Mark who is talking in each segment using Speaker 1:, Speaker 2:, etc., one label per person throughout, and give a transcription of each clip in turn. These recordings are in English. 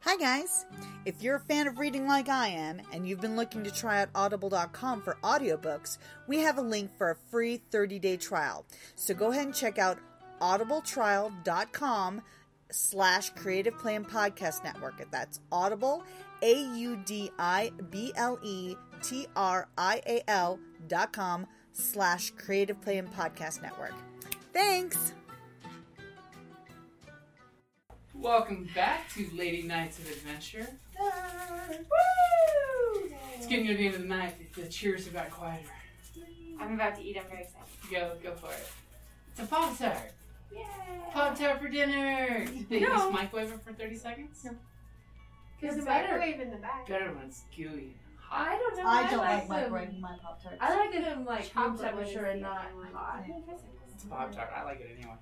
Speaker 1: Hi, guys! If you're a fan of reading like I am, and you've been looking to try out audible.com for audiobooks, we have a link for a free 30 day trial. So go ahead and check out audibletrial.com slash creative plan podcast network. That's audible, A U D I B L E T R I A L dot com slash creative plan podcast network. Thanks!
Speaker 2: Welcome back to Lady Knights of Adventure. It's getting to the end of the night. The the cheers have got quieter.
Speaker 3: I'm about to eat. I'm very excited.
Speaker 2: Go, go for it. It's a pop tart.
Speaker 3: Yeah.
Speaker 2: Pop tart for dinner. They
Speaker 3: No.
Speaker 2: just microwave it for thirty seconds.
Speaker 3: No.
Speaker 2: It's
Speaker 3: There's a
Speaker 2: better.
Speaker 3: microwave in the back.
Speaker 2: Better when it's gooey. and hot.
Speaker 3: I don't know.
Speaker 4: I don't like
Speaker 3: like
Speaker 4: my
Speaker 3: them-
Speaker 4: bread and my Pop Tarts.
Speaker 3: I like them like room
Speaker 4: Chocolate
Speaker 3: temperature
Speaker 4: is
Speaker 3: and
Speaker 4: the
Speaker 3: not
Speaker 4: only one.
Speaker 3: hot.
Speaker 2: It's a pop tart. I like it anyway.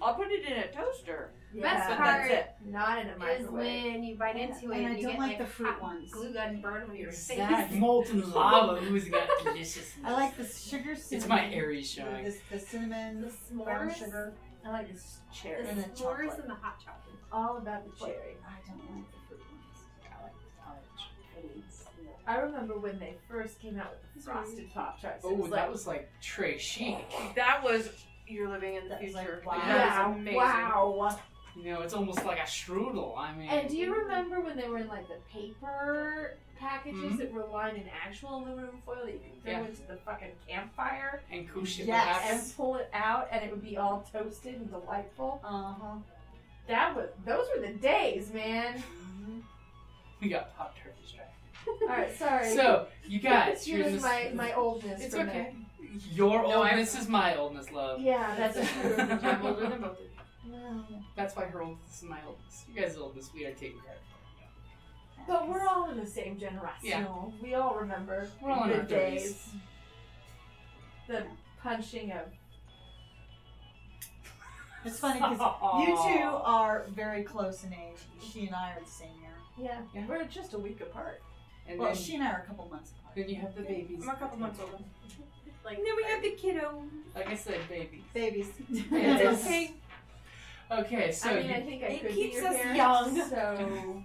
Speaker 5: I'll put it in a toaster.
Speaker 3: Best
Speaker 5: But
Speaker 3: part
Speaker 5: that's it.
Speaker 3: not in a
Speaker 5: is
Speaker 3: microwave. when you bite into it
Speaker 4: and I
Speaker 3: you
Speaker 4: don't
Speaker 3: get,
Speaker 4: like the fruit
Speaker 3: hot
Speaker 4: ones.
Speaker 3: Glue gun burned with your
Speaker 2: There's
Speaker 3: face.
Speaker 2: that molten lava oozing out deliciousness.
Speaker 4: I like the sugar cinnamon.
Speaker 2: It's my Aries showing.
Speaker 4: This, the cinnamon,
Speaker 3: The
Speaker 4: brown
Speaker 3: s'mores.
Speaker 4: sugar. I like this
Speaker 3: The
Speaker 4: cherry. and the chocolate.
Speaker 3: s'mores and the hot chocolate.
Speaker 4: All about the
Speaker 3: What?
Speaker 4: cherry. I don't like the fruit ones. I like the orange.
Speaker 3: I remember when they first came out with the frosted pop tarts. it
Speaker 2: Oh,
Speaker 3: was
Speaker 2: that
Speaker 3: like,
Speaker 2: was like Trey Chic.
Speaker 5: That was you're living in the
Speaker 4: That was like,
Speaker 5: future.
Speaker 4: wow.
Speaker 2: that
Speaker 3: wow,
Speaker 2: was amazing.
Speaker 3: wow.
Speaker 2: You know, it's almost like a strudel. I mean,
Speaker 3: And do you remember when they were in like the paper packages
Speaker 2: Mhm.
Speaker 3: that were lined in actual aluminum foil that you could throw
Speaker 2: Yeah.
Speaker 3: into the fucking campfire
Speaker 2: and Kush it
Speaker 3: and pull it out and it would be all toasted and delightful?
Speaker 4: Uh huh.
Speaker 2: Uh-huh.
Speaker 3: That was those were the days, man.
Speaker 2: We got pop tart distracted.
Speaker 3: all right, sorry.
Speaker 2: So, you guys,
Speaker 3: here's
Speaker 2: here's this-
Speaker 3: my my oldness.
Speaker 2: It's
Speaker 3: for a
Speaker 2: okay.
Speaker 3: minute.
Speaker 2: Your
Speaker 3: No, I-
Speaker 2: oldness is my oldness, love.
Speaker 3: Yeah, that's a true. I'm older than both of you.
Speaker 2: That's why her oldness is my oldness. You guys' oldness, we are taking credit for.
Speaker 3: But we're all in the same generation.
Speaker 2: Yeah.
Speaker 3: We all remember
Speaker 2: We're all in
Speaker 3: the
Speaker 2: our
Speaker 3: good
Speaker 2: 30s.
Speaker 3: days. The punching of
Speaker 4: It's funny because you two are very close in age. She and I are the same year.
Speaker 3: yeah,
Speaker 2: Yeah.
Speaker 3: we're just a week apart.
Speaker 2: And
Speaker 4: Well,
Speaker 2: then,
Speaker 4: she and I are a couple months apart.
Speaker 2: then you have the babies.
Speaker 5: I'm a couple months old.
Speaker 3: Like
Speaker 5: And then we have the kiddo.
Speaker 2: Like I said, babies.
Speaker 4: Babies.
Speaker 2: Yes.
Speaker 5: It's okay.
Speaker 2: Okay, so
Speaker 3: I mean,
Speaker 2: you-
Speaker 3: I think I
Speaker 5: it
Speaker 3: could
Speaker 5: keeps
Speaker 3: be your
Speaker 5: us
Speaker 3: parents,
Speaker 5: young.
Speaker 3: So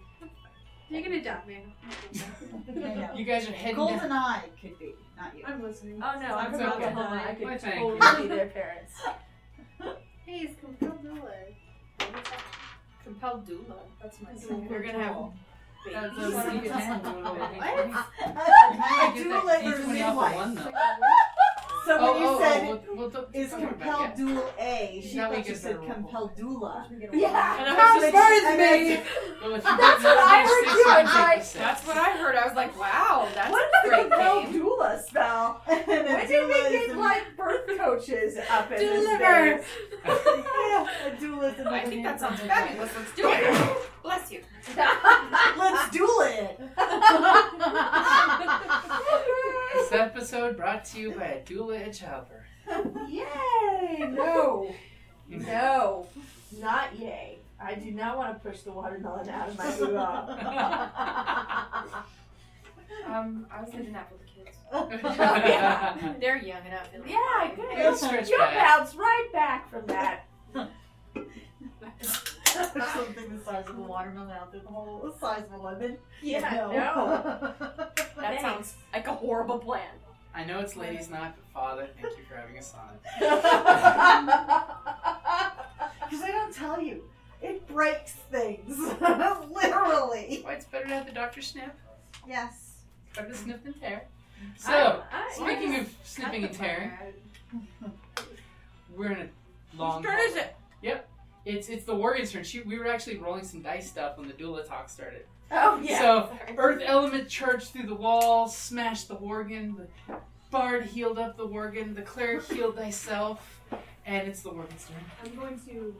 Speaker 5: You're gonna adopt me.
Speaker 4: Yeah.
Speaker 2: you, guys are heading down.
Speaker 4: Golden Eye could be, not you.
Speaker 3: I'm listening.
Speaker 5: Oh, no,
Speaker 3: I'm
Speaker 2: It's
Speaker 3: from
Speaker 2: okay.
Speaker 3: Oklahoma. I
Speaker 2: Well,
Speaker 3: could
Speaker 2: thank
Speaker 3: totally be their parents.
Speaker 5: Hey, it's compelled doula. Compelled doula.
Speaker 3: That's my
Speaker 4: Isn't
Speaker 3: second.
Speaker 4: it
Speaker 5: You're gonna have
Speaker 4: cool?
Speaker 2: That's
Speaker 5: babies.
Speaker 2: a secret.
Speaker 5: What?
Speaker 4: I
Speaker 2: Get
Speaker 4: do
Speaker 2: that
Speaker 4: like
Speaker 2: D20
Speaker 4: her
Speaker 2: off of
Speaker 4: midwife.
Speaker 2: one, though.
Speaker 4: So
Speaker 2: oh,
Speaker 4: when you
Speaker 2: oh,
Speaker 4: said
Speaker 2: oh, we'll, we'll, we'll
Speaker 4: is
Speaker 2: come right back,
Speaker 4: compelled
Speaker 2: yeah.
Speaker 4: dual A, she
Speaker 2: Now we
Speaker 4: thought you
Speaker 2: get
Speaker 4: said
Speaker 2: the-
Speaker 4: compelled doula.
Speaker 3: Yeah,
Speaker 2: And I was
Speaker 4: Which-
Speaker 2: just-
Speaker 4: I mean,
Speaker 2: Well, if you don't
Speaker 3: That's what I
Speaker 2: know,
Speaker 3: heard
Speaker 2: six
Speaker 3: too. I'm
Speaker 2: times
Speaker 3: like,
Speaker 2: eight is
Speaker 5: That's
Speaker 2: six.
Speaker 5: what I heard. I was like, wow, that's
Speaker 3: What
Speaker 5: a
Speaker 3: is
Speaker 5: great
Speaker 3: the hell
Speaker 5: name.
Speaker 4: doula spell. And then
Speaker 3: Why did
Speaker 4: doula
Speaker 3: we
Speaker 4: is
Speaker 3: get
Speaker 4: a-
Speaker 3: like birth coaches up in
Speaker 5: Deliver.
Speaker 3: this?
Speaker 4: yeah, a doula is another
Speaker 5: I think
Speaker 4: name
Speaker 5: that
Speaker 4: for
Speaker 5: sounds
Speaker 4: midwife.
Speaker 5: fabulous. Let's do it. Bless you.
Speaker 4: Let's doula it.
Speaker 2: This episode brought to you by a doula at childbirth.
Speaker 3: Yay! No, no, not yay. I do not want to push the watermelon out of my doula.
Speaker 5: Um, I was living that with the kids.
Speaker 2: yeah.
Speaker 5: They're "Oh, young enough. and-
Speaker 3: yeah, I
Speaker 2: It'll
Speaker 3: could.
Speaker 2: stretch
Speaker 3: You
Speaker 2: back.
Speaker 3: bounce right back from that.
Speaker 4: Something the size of a watermelon out there, the whole the size of a lemon.
Speaker 3: Yeah, no.
Speaker 4: no.
Speaker 5: That
Speaker 3: Thanks.
Speaker 5: sounds like a horrible plan.
Speaker 2: I know it's ladies' night, but father, thank you for having us on it.
Speaker 4: Because I don't tell you, it breaks things. Literally.
Speaker 2: Why it's better to have the doctor snip?
Speaker 4: Yes.
Speaker 2: Better to snip than tear. So,
Speaker 3: I- I-
Speaker 2: speaking of snipping and tearing, we're in a long.
Speaker 5: Whose turn is it?
Speaker 2: It's it's the warrior's turn. She we were actually rolling some dice stuff when the doula talk started.
Speaker 3: oh yeah.
Speaker 2: So
Speaker 5: Sorry.
Speaker 2: earth element charged through the wall, smashed the worgen. The bard healed up the worgen. The cleric healed thyself, and it's the worgen's turn.
Speaker 5: I'm going to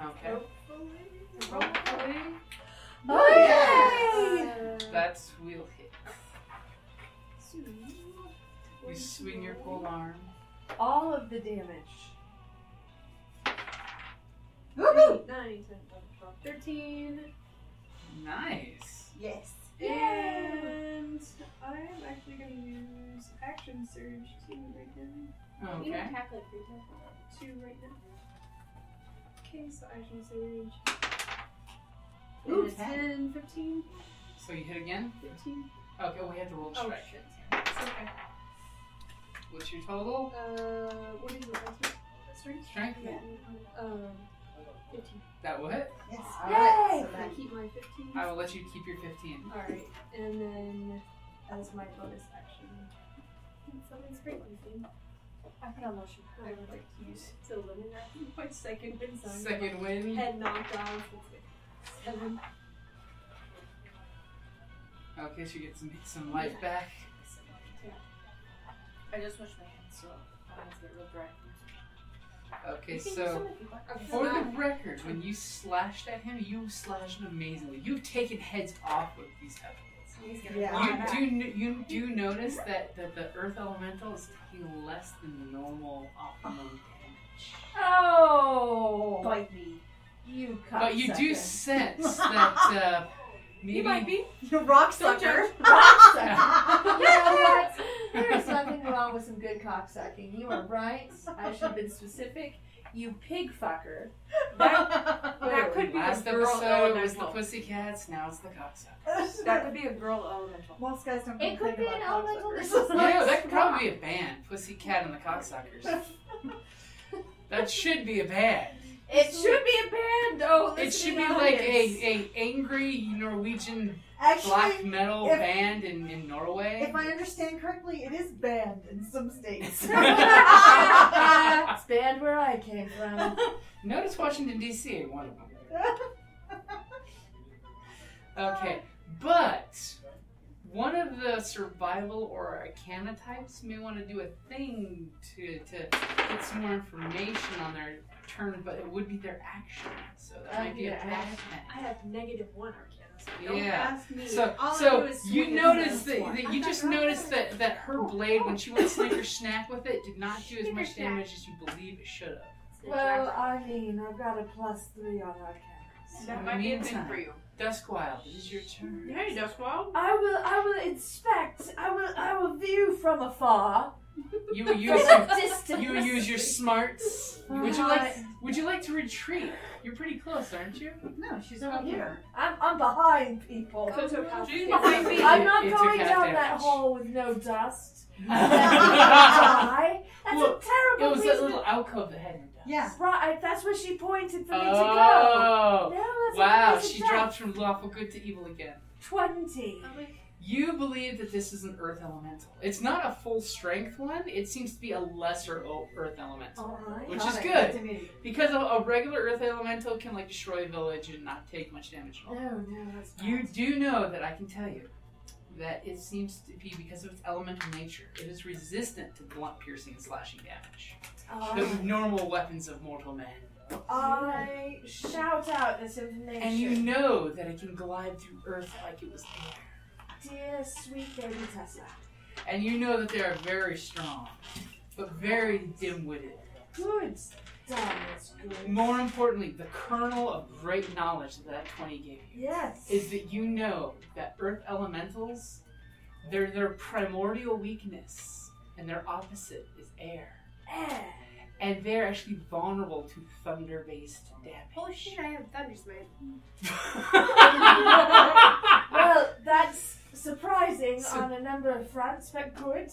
Speaker 5: roll.
Speaker 2: Okay.
Speaker 5: oh.
Speaker 3: Hopefully.
Speaker 4: Oh, yes!
Speaker 2: That's wheel hit. You swing your full arm.
Speaker 3: All of the damage.
Speaker 4: Woohoo!
Speaker 5: 9, 10, 12, 13.
Speaker 2: Nice.
Speaker 4: Yes.
Speaker 5: And I'm actually going to use action surge to right now. You
Speaker 2: Okay.
Speaker 5: can attack like three times. Two right now. Okay, so action surge.
Speaker 4: Ooh,
Speaker 5: And a
Speaker 4: ten.
Speaker 5: 10, 15,
Speaker 2: So you hit again?
Speaker 5: 15.
Speaker 2: Okay, we have to roll to
Speaker 5: Oh,
Speaker 2: strike.
Speaker 5: shit. It's okay.
Speaker 2: What's your total?
Speaker 5: Uh, what is it? That's Strength?
Speaker 2: Strength?
Speaker 5: Yeah. Um, 15.
Speaker 2: That will hit.
Speaker 4: Yes.
Speaker 2: Yay!
Speaker 4: Alright, so
Speaker 5: I
Speaker 4: that-
Speaker 5: keep my 15.
Speaker 2: I will let you keep your 15.
Speaker 5: Alright, and then as my bonus action. Something's great, Lucy. I put on lotion. I would like to use to eliminate my second win zone.
Speaker 2: Second win.
Speaker 5: Head knocked off. Seven.
Speaker 2: Okay, so you get some some life back.
Speaker 5: I just washed my hands, so my hands get real dry.
Speaker 2: Okay, so for the record, when you slashed at him, you slashed amazingly. You've taken heads off with these headphones.
Speaker 4: Yeah.
Speaker 2: You do n- you do notice that, that the earth elemental is taking less than normal optimum damage.
Speaker 3: Oh!
Speaker 4: Bite me.
Speaker 3: you cocksucker.
Speaker 2: But you do sense that uh, maybe
Speaker 5: You might be.
Speaker 4: You rock sucker.
Speaker 3: You know what? There is nothing wrong with some good cocksucking. You are right. I should have been specific. You pig fucker. That,
Speaker 5: Oh,
Speaker 3: that could be
Speaker 2: last
Speaker 3: a girl
Speaker 2: episode was the
Speaker 3: elemental.
Speaker 2: pussycats, now it's the cocksucker.
Speaker 5: That could be a girl elemental.
Speaker 4: Most guys don't
Speaker 3: It could
Speaker 4: complain
Speaker 3: be an
Speaker 4: about
Speaker 3: elemental. This
Speaker 4: cocksuckers.
Speaker 3: is like,
Speaker 2: Yeah, that could probably be a band. Pussycat and the cocksuckers. that should be a band.
Speaker 3: It should be a band. Oh,
Speaker 2: It
Speaker 3: listen
Speaker 2: should
Speaker 3: to
Speaker 2: be
Speaker 3: the
Speaker 2: like
Speaker 3: audience.
Speaker 2: a, a angry Norwegian black
Speaker 4: Actually,
Speaker 2: metal
Speaker 4: if-
Speaker 2: band in, in Norway.
Speaker 4: if I understand correctly, it is banned in some states.
Speaker 3: it's band where I came from.
Speaker 2: Notice Washington D.C. ain't one of them. Okay, but one of the survival or arcana types may want to do a thing to to get some more information on their turn, but it would be their action, so that
Speaker 3: Oh,
Speaker 2: might be a
Speaker 3: yeah.
Speaker 2: bad
Speaker 5: I
Speaker 2: thing.
Speaker 5: have negative one arcana, so don't
Speaker 2: Yeah.
Speaker 5: ask me.
Speaker 2: So,
Speaker 5: All I do
Speaker 2: so
Speaker 5: is
Speaker 2: you
Speaker 5: swing
Speaker 2: notice
Speaker 5: and
Speaker 2: that,
Speaker 5: miss
Speaker 2: that
Speaker 5: one.
Speaker 2: you just noticed that, that her blade, when she went snicker snack with it, did not do as
Speaker 5: Snicker
Speaker 2: much
Speaker 5: snack.
Speaker 2: damage as you believe it should have.
Speaker 3: Well, Arlene, I've got a plus three on our cameras.
Speaker 2: in
Speaker 5: that
Speaker 2: the
Speaker 5: might be a thing
Speaker 2: meantime-
Speaker 5: for you.
Speaker 2: Duskwild, it is your turn.
Speaker 5: Hey, Duskwall.
Speaker 3: I will, I will inspect. I will, I will view from afar.
Speaker 2: You will use
Speaker 3: from
Speaker 2: your,
Speaker 3: a distance.
Speaker 2: you will use your smarts. Would you
Speaker 3: Uh,
Speaker 2: like Would you like to retreat? You're pretty close, aren't you?
Speaker 4: no, she's over here.
Speaker 3: I'm, I'm behind people.
Speaker 5: Go to a couch.
Speaker 2: Jeez,
Speaker 5: behind me.
Speaker 3: I'm not
Speaker 2: It took
Speaker 3: going
Speaker 2: half
Speaker 3: down that
Speaker 2: damage.
Speaker 3: hole with no dust.
Speaker 2: it
Speaker 3: Die. That's
Speaker 2: Look,
Speaker 3: a terrible
Speaker 2: was that
Speaker 3: reason.
Speaker 2: little alcove that had her down.
Speaker 4: Yeah.
Speaker 3: Right, I- that's where she pointed for me to go. No,
Speaker 2: Oh!
Speaker 3: that's
Speaker 2: Wow,
Speaker 3: a
Speaker 2: she
Speaker 3: reason to die.
Speaker 2: dropped from lawful good to evil again.
Speaker 3: twenty.
Speaker 2: You believe that this is an earth elemental. It's not a full strength one, it seems to be a lesser o- earth elemental.
Speaker 3: All right.
Speaker 2: Which
Speaker 4: Got
Speaker 2: is
Speaker 4: it.
Speaker 2: good.
Speaker 4: That's immediate.
Speaker 2: Because a, a regular earth elemental can like destroy a village and not take much damage at all.
Speaker 3: No, no, that's not.
Speaker 2: You do know that I can tell you that it seems to be because of its elemental nature. It is resistant to blunt piercing and slashing damage. The
Speaker 3: I,
Speaker 2: normal weapons of mortal man.
Speaker 3: Um, I shout out this information.
Speaker 2: And you know that it can glide through earth like it was air.
Speaker 3: dear sweet baby Tessa.
Speaker 2: And you know that they are very strong, but very dim witted.
Speaker 3: Good. Damn, that's good.
Speaker 2: More importantly, the kernel of great knowledge that that 20 gave you.
Speaker 3: Yes.
Speaker 2: is that you know that earth elementals their their primordial weakness and their opposite is air
Speaker 3: air.
Speaker 2: and they're actually vulnerable to thunder based
Speaker 5: Holy shit, I have thunders, man.
Speaker 2: damage
Speaker 3: Well, that's surprising
Speaker 2: So-
Speaker 3: on a number of fronts, but good.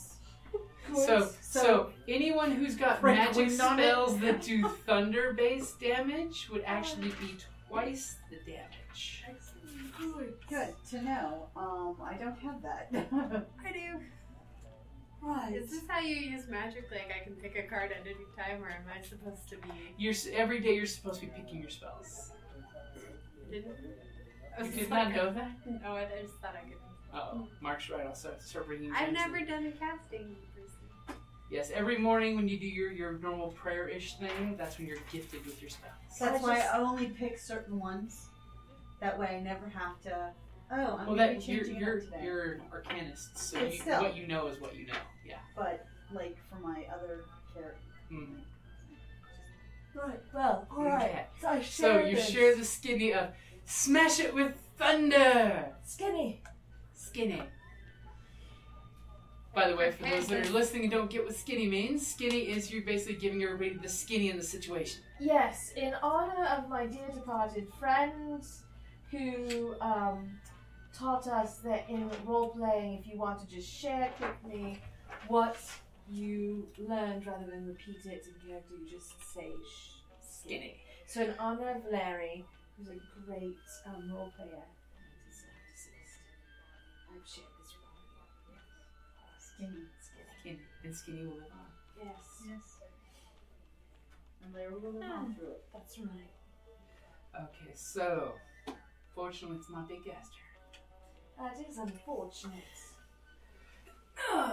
Speaker 3: Good.
Speaker 2: so so anyone who's got
Speaker 4: Frank
Speaker 2: magic
Speaker 4: wind on it.
Speaker 2: spells that do thunder based damage would actually be twice the damage
Speaker 5: um,
Speaker 4: Good to know. Um, I don't have that.
Speaker 5: I do.
Speaker 3: right.
Speaker 5: Is this how you use magic? Like, I can pick a card at any time, or am I supposed to be.
Speaker 2: you're s- every day you're supposed to be picking your spells
Speaker 5: Didn't. I
Speaker 2: you
Speaker 5: was
Speaker 2: did
Speaker 5: just
Speaker 2: not
Speaker 5: like,
Speaker 2: know that
Speaker 5: No, I I just thought I could.
Speaker 2: oh mark's right i'll start, start bringing you
Speaker 5: I've
Speaker 2: into-
Speaker 5: never done a casting person.
Speaker 2: Yes, every morning when you do your, your normal prayer ish thing, that's when you're gifted with your spells.
Speaker 4: That's
Speaker 3: I
Speaker 4: why
Speaker 3: just-
Speaker 4: I only pick certain ones. That way I never have to. Oh, I'm
Speaker 2: well,
Speaker 4: going to be
Speaker 2: that you're
Speaker 4: changing it
Speaker 2: you're,
Speaker 4: up today.
Speaker 2: you're arcanist, so
Speaker 4: But
Speaker 2: you,
Speaker 4: still.
Speaker 2: what you know is what you know. Yeah.
Speaker 4: But like for my other character,
Speaker 2: Mhm.
Speaker 3: Right. Well. All right.
Speaker 2: Okay.
Speaker 3: So
Speaker 2: So
Speaker 3: I share
Speaker 2: you
Speaker 3: this.
Speaker 2: share the skinny of smash it with thunder,
Speaker 3: skinny.
Speaker 2: skinny. By the way, for those that are listening and don't get what skinny means, skinny is you're basically giving everybody the skinny in the situation.
Speaker 3: Yes, in honor of my dear departed friend, who um, taught us that in role playing, if you want to just share quickly what you learned rather than repeat it in character, you just say sh-
Speaker 2: Skinny.
Speaker 3: skinny. So in honor of Larry, who's a great um, role player, he's now deceased. I've shared this with all of you.
Speaker 4: skinny.
Speaker 3: Yes. Skinny.
Speaker 2: Skinny. And skinny will live on.
Speaker 3: Yes,
Speaker 4: Yes. And they were going on through it.
Speaker 3: that's right.
Speaker 2: Okay, so fortunately it's not Big Gaster.
Speaker 3: That is unfortunate.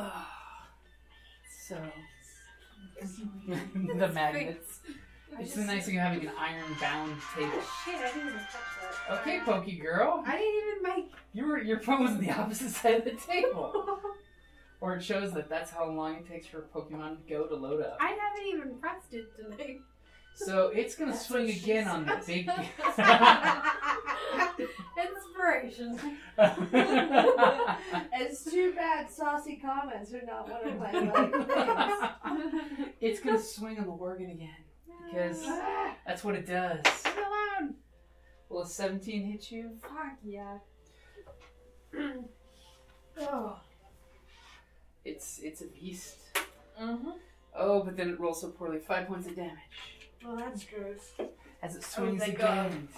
Speaker 2: so the magnets.
Speaker 3: I
Speaker 2: It's
Speaker 3: just-
Speaker 2: the nice thing of having an iron bound table.
Speaker 5: Shit, I didn't even touch that.
Speaker 2: Okay, Pokey Girl.
Speaker 5: I didn't even make.
Speaker 2: You were, your phone was on the opposite side of the table. or it shows that that's how long it takes for Pokemon Go to load up.
Speaker 5: I haven't even pressed it today.
Speaker 2: So it's gonna
Speaker 3: That's
Speaker 2: swing
Speaker 3: what she
Speaker 2: again on the
Speaker 3: says.
Speaker 2: big.
Speaker 5: Inspiration.
Speaker 3: it's too bad saucy comments are not one of my like
Speaker 2: it's gonna swing on the Worgen again because
Speaker 4: Ah!
Speaker 3: things.
Speaker 2: that's what it does.
Speaker 5: Leave me alone.
Speaker 2: Will a 17 hit you?
Speaker 5: Fuck yeah.
Speaker 3: oh.
Speaker 2: It's it's a beast.
Speaker 3: Mm-hmm.
Speaker 2: Oh, but then it rolls so poorly. Five points of damage
Speaker 3: Well, that's gross.
Speaker 2: as it swings
Speaker 3: thank God.
Speaker 2: again.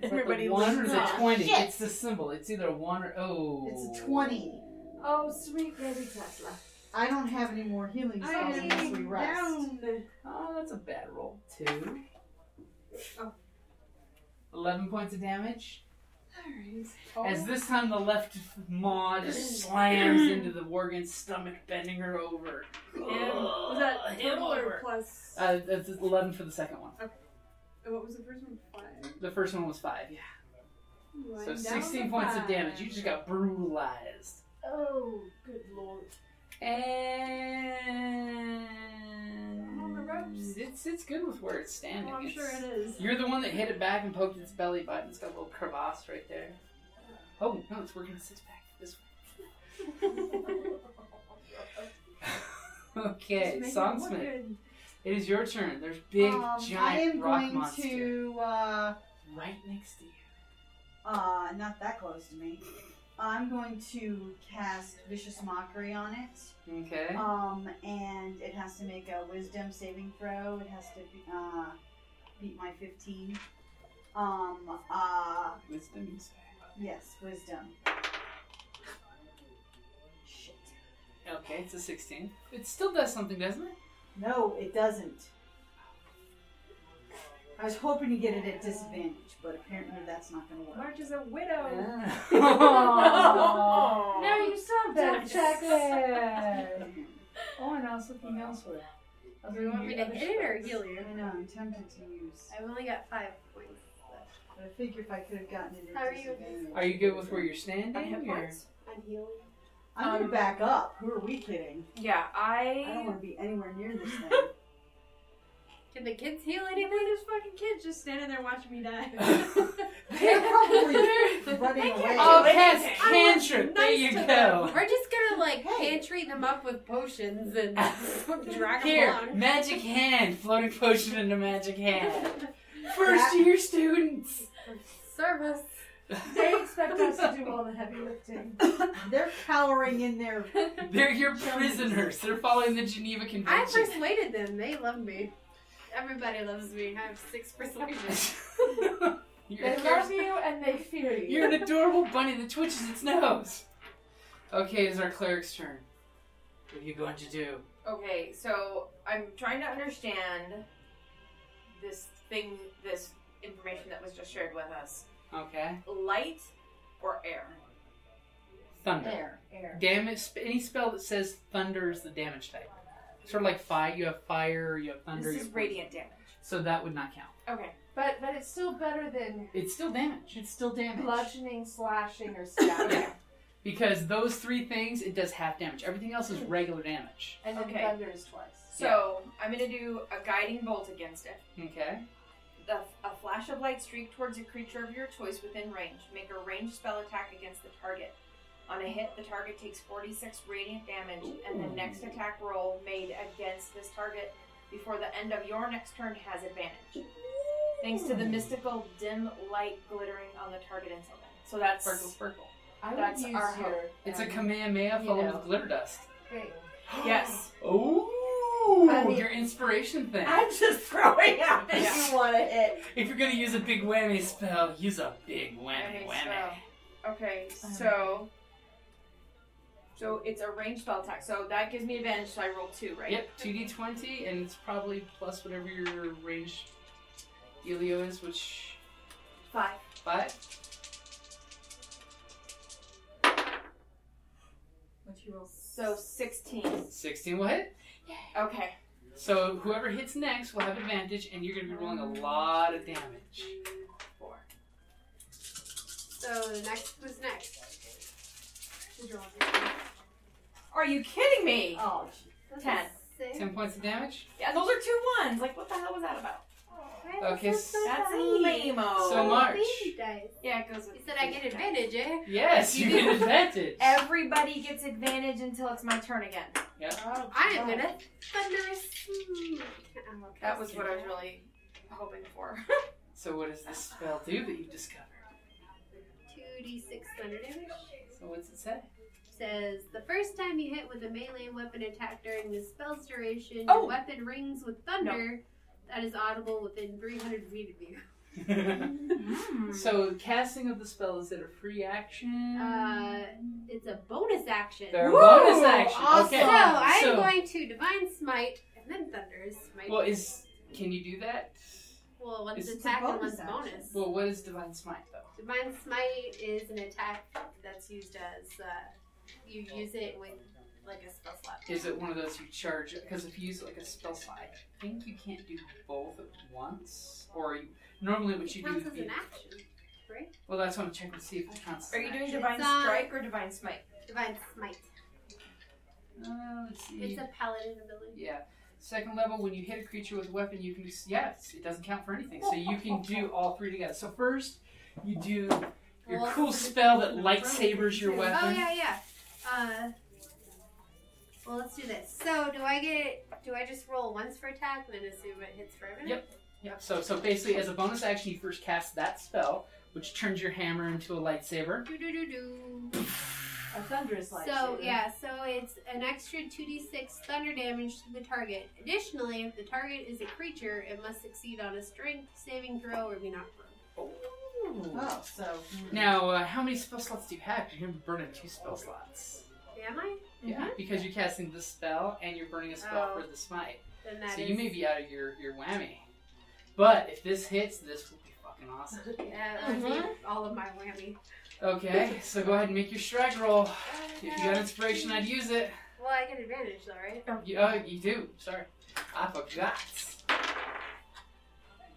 Speaker 2: It's
Speaker 4: Everybody
Speaker 2: like a one or
Speaker 4: looks
Speaker 2: is it
Speaker 4: up.
Speaker 2: twenty?
Speaker 4: Shit.
Speaker 2: It's the symbol. It's either a one or oh.
Speaker 4: It's a 20.
Speaker 3: Oh, sweet baby Tesla.
Speaker 4: I don't have any more healing
Speaker 5: I
Speaker 4: spells unless we
Speaker 5: am
Speaker 4: rest.
Speaker 5: down.
Speaker 2: Oh, that's a bad roll. Two.
Speaker 5: Oh.
Speaker 2: Eleven points of damage.
Speaker 5: Alright.
Speaker 2: As this time the left maw just slams into the Worgen's stomach, bending her over.
Speaker 5: And was that
Speaker 2: Him
Speaker 5: total or
Speaker 2: over.
Speaker 5: plus?
Speaker 2: Uh, that's eleven for the second one.
Speaker 5: what was the first one? Five.
Speaker 2: The first one was five. Yeah.
Speaker 5: Lying
Speaker 2: So
Speaker 5: down
Speaker 2: 16
Speaker 5: to
Speaker 2: points of
Speaker 5: five.
Speaker 2: damage. You just got brutalized.
Speaker 3: Oh, good lord.
Speaker 2: And
Speaker 5: on the ropes.
Speaker 2: It's it's good with where it's
Speaker 5: Oh,
Speaker 2: standing.
Speaker 5: I'm sure
Speaker 2: It's-
Speaker 5: it is.
Speaker 2: You're the one that hit it back and poked its belly button. It's got a little crevasse right there. Oh no, it's working a six pack this way.
Speaker 5: Just
Speaker 2: okay,
Speaker 5: making it look
Speaker 2: Songsmith,
Speaker 5: good.
Speaker 2: it is your turn. There's big
Speaker 4: Um, I
Speaker 2: giant
Speaker 4: am
Speaker 2: rock
Speaker 4: going
Speaker 2: monster
Speaker 4: to. Uh,
Speaker 2: right next to you.
Speaker 4: uh, not that close to me. I'm going to cast Vicious Mockery on it.
Speaker 2: Okay.
Speaker 5: Uh,
Speaker 4: Um, and it has to make a wisdom saving throw. It has to be, uh, beat my 15. Um, uh,
Speaker 2: Wisdom you say.
Speaker 4: yes, wisdom. Shit.
Speaker 2: Okay, it's a 16. It still does something, doesn't it?
Speaker 4: No, it doesn't. I was hoping to get it at disadvantage, but apparently that's not going to work.
Speaker 5: March is a widow.
Speaker 2: oh,
Speaker 3: No, you saw that chocolate.
Speaker 2: Oh, and I was looking elsewhere. I was
Speaker 5: Do you want me to hit it or heal you?
Speaker 4: I know, I'm tempted to use.
Speaker 5: I've only got five points.
Speaker 4: But I figure if I could have gotten it
Speaker 5: How
Speaker 4: at
Speaker 5: are you-
Speaker 4: disadvantage.
Speaker 2: Are you good with where you're standing?
Speaker 5: I have
Speaker 2: or-
Speaker 5: points. I'm healing.
Speaker 4: I'm going
Speaker 5: Um,
Speaker 4: to back up. Who are we kidding?
Speaker 5: Yeah,
Speaker 4: I don't
Speaker 5: I.
Speaker 4: want to be anywhere near this thing.
Speaker 5: Can the kids heal anything? There's fucking kids just standing there watching me die.
Speaker 4: They're probably running away.
Speaker 2: Oh,
Speaker 5: They
Speaker 2: cast
Speaker 5: I was
Speaker 2: cantrip. There
Speaker 5: nice
Speaker 2: you
Speaker 5: to
Speaker 2: go.
Speaker 5: them. We're just gonna like
Speaker 4: Hey.
Speaker 5: pantry them up with potions and drag
Speaker 2: Here,
Speaker 5: them along.
Speaker 2: magic hand, floating potion into magic hand. First year students.
Speaker 5: Service.
Speaker 3: They expect us to do all the heavy lifting.
Speaker 4: They're cowering in their
Speaker 2: They're your prisoners. They're following the Geneva
Speaker 5: I
Speaker 2: Convention.
Speaker 5: persuaded them. They love me. Everybody loves me. I have six persuasion.
Speaker 2: You're
Speaker 3: They love you and they fear you.
Speaker 2: You're an adorable bunny that twitches its nose. Okay, it's our cleric's turn. What are you going to do?
Speaker 6: Okay, so I'm trying to understand this thing, this information that was just shared with us.
Speaker 2: Okay.
Speaker 6: Light or air?
Speaker 2: Thunder.
Speaker 4: air.
Speaker 3: air.
Speaker 2: Damage. sp- Any spell that says thunder is the damage type. Sort of like fire. You have fire. You have thunder.
Speaker 6: This
Speaker 2: you
Speaker 6: is
Speaker 2: have-
Speaker 6: radiant damage.
Speaker 2: So that would not count.
Speaker 6: Okay.
Speaker 3: But but it's still better than
Speaker 2: It's still damage. It's still damage.
Speaker 3: bludgeoning, slashing, or stabbing.
Speaker 6: Yeah.
Speaker 2: Because those three things, it does half damage. Everything else is regular damage.
Speaker 3: and then
Speaker 6: Okay.
Speaker 3: thunder is twice.
Speaker 6: So I'm gonna do a guiding bolt against it.
Speaker 2: Okay.
Speaker 6: The, a flash of light streak towards a creature of your choice within range. Make a ranged spell attack against the target. On a hit, the target takes 46 radiant damage, and the next attack roll made against this target before the end of your next turn has advantage. Thanks to the mystical dim light glittering on the target and something. So that's
Speaker 2: Sparkle, sparkle.
Speaker 3: I would
Speaker 6: that's
Speaker 3: use
Speaker 6: our hope.
Speaker 3: your,
Speaker 2: It's a
Speaker 3: um,
Speaker 2: Kamehameha followed
Speaker 3: you know.
Speaker 2: with glitter dust.
Speaker 3: great.
Speaker 6: yes.
Speaker 2: Oh,
Speaker 3: I mean-
Speaker 2: your inspiration thing.
Speaker 4: I'm just throwing out that
Speaker 6: Yeah.
Speaker 4: you want to hit.
Speaker 2: If you're gonna use a big whammy spell, use a big whammy
Speaker 6: Okay,
Speaker 2: whammy.
Speaker 6: so, okay, so so it's a ranged spell attack. So that gives me advantage. So I roll two, right?
Speaker 2: Yep, two d twenty, and it's probably plus whatever your range dealio is, which
Speaker 6: Five.
Speaker 2: five.
Speaker 6: What's your roll? So sixteen.
Speaker 2: Sixteen will hit.
Speaker 6: Okay.
Speaker 2: So whoever hits next will have advantage, and you're gonna be rolling a lot of damage.
Speaker 6: Four.
Speaker 5: So the next was next. Did you roll
Speaker 6: Are you kidding me?
Speaker 3: Oh,
Speaker 5: this?
Speaker 6: Ten.
Speaker 5: Six.
Speaker 2: Ten points of damage.
Speaker 6: Yeah, those are two ones. Like, what the hell was that about?
Speaker 5: Oh,
Speaker 2: Okay, so
Speaker 6: That's
Speaker 5: Right.
Speaker 6: lame-o.
Speaker 2: So much.
Speaker 5: Baby dice.
Speaker 6: Yeah, it goes.
Speaker 5: He
Speaker 6: With
Speaker 5: said I get advantage, eh?
Speaker 2: yes, you get advantage.
Speaker 6: Everybody gets advantage until it's my turn again.
Speaker 3: oh,
Speaker 5: I am
Speaker 3: God.
Speaker 5: gonna thunder smoke. Oh, okay.
Speaker 6: That was what I was really hoping for.
Speaker 2: So what does this spell do that you discovered?
Speaker 5: Two d six thunder damage.
Speaker 2: So what's it say?
Speaker 5: Says the first time you hit with a melee weapon attack during the spell's duration,
Speaker 6: Oh.
Speaker 5: your weapon rings with thunder that is audible within 300 feet of you.
Speaker 2: So casting of the spell is it a free action?
Speaker 5: Uh, it's a bonus action.
Speaker 2: They're a
Speaker 6: Woo!
Speaker 2: bonus action.
Speaker 5: So
Speaker 2: Okay.
Speaker 5: I'm
Speaker 2: So-
Speaker 5: going to divine smite and then thunder smite.
Speaker 2: Well, is can you do that?
Speaker 5: well, one's
Speaker 2: it's a
Speaker 5: attack
Speaker 4: bonus
Speaker 5: and one's
Speaker 4: action.
Speaker 5: bonus.
Speaker 2: Well, what is divine smite though?
Speaker 5: Divine Smite is an attack that's used as uh, you use it with like a spell slot.
Speaker 2: Is it one of those you charge? Because if you use like a spell slot, I think you can't do both at once. Or you, normally what
Speaker 5: It
Speaker 2: you do
Speaker 5: counts
Speaker 2: would
Speaker 5: as
Speaker 2: be
Speaker 5: an action, right?
Speaker 2: well. That's what I'm checking to see if it counts. as
Speaker 6: Are
Speaker 2: an
Speaker 6: you doing
Speaker 2: action.
Speaker 6: divine
Speaker 5: It's, uh,
Speaker 6: strike or divine smite?
Speaker 5: Divine Smite.
Speaker 2: Uh, let's see.
Speaker 5: It's a paladin ability.
Speaker 2: Yeah. Second level, when you hit a creature with a weapon, you can do. Yes, it doesn't count for anything. So you can do all three together. So first, you do your
Speaker 5: Well,
Speaker 2: cool spell that lightsabers your weapon.
Speaker 5: Oh yeah, yeah. Uh, well, let's do this. So, do I get? Do I just roll once for attack and then assume it hits for everything?
Speaker 2: Yep. Yeah. So so basically, as a bonus action, you first cast that spell, which turns your hammer into a lightsaber.
Speaker 5: Do do do do.
Speaker 3: A thunderous light.
Speaker 5: So yeah, so it's an extra 2d6 thunder damage to the target. Additionally, if the target is a creature, it must succeed on a strength saving throw or be knocked prone.
Speaker 4: Oh, so
Speaker 2: Now, uh, how many spell slots do you have? You're gonna be burning two spell slots.
Speaker 5: Am I?
Speaker 2: Yeah, because you're casting this spell and you're burning a spell
Speaker 5: Mm-hmm. Oh.
Speaker 2: for the smite.
Speaker 5: Then that
Speaker 2: so
Speaker 5: is-
Speaker 2: you may be out of your your whammy. But if this hits, this will be fucking awesome.
Speaker 5: Yeah, that would be uh, all of my whammy.
Speaker 2: Okay, so go ahead and make your strike roll. If you got inspiration, I'd use it.
Speaker 5: Well, I get advantage though, right?
Speaker 2: You, oh, you do. Sorry, I forgot.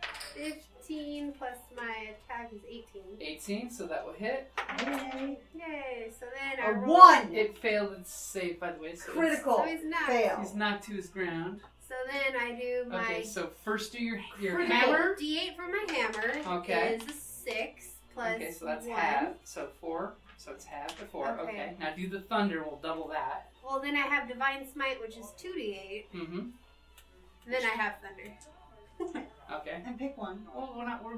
Speaker 5: 15 plus my attack is 18.
Speaker 2: 18, so that will hit.
Speaker 4: Yay.
Speaker 5: Yay! So then I
Speaker 4: a
Speaker 5: roll.
Speaker 4: one
Speaker 2: It failed its save, by the way. So it's-
Speaker 5: So
Speaker 4: critical
Speaker 5: he's not.
Speaker 2: He's
Speaker 4: fail.
Speaker 2: knocked to his ground.
Speaker 5: So then I do my
Speaker 2: Okay, so first do your your
Speaker 5: my
Speaker 2: hammer.
Speaker 5: D8 for my hammer.
Speaker 2: Okay.
Speaker 5: Is a six plus.
Speaker 2: Okay, so that's
Speaker 5: one.
Speaker 2: half. So four. So it's half to four. Okay.
Speaker 5: Okay.
Speaker 2: Now do the thunder. We'll double that.
Speaker 5: Well, then I have Divine Smite, which is 2d8,
Speaker 2: Mm-hmm.
Speaker 5: and then I have Thunder.
Speaker 2: Okay.
Speaker 4: And pick one.
Speaker 2: Well, we're not. We're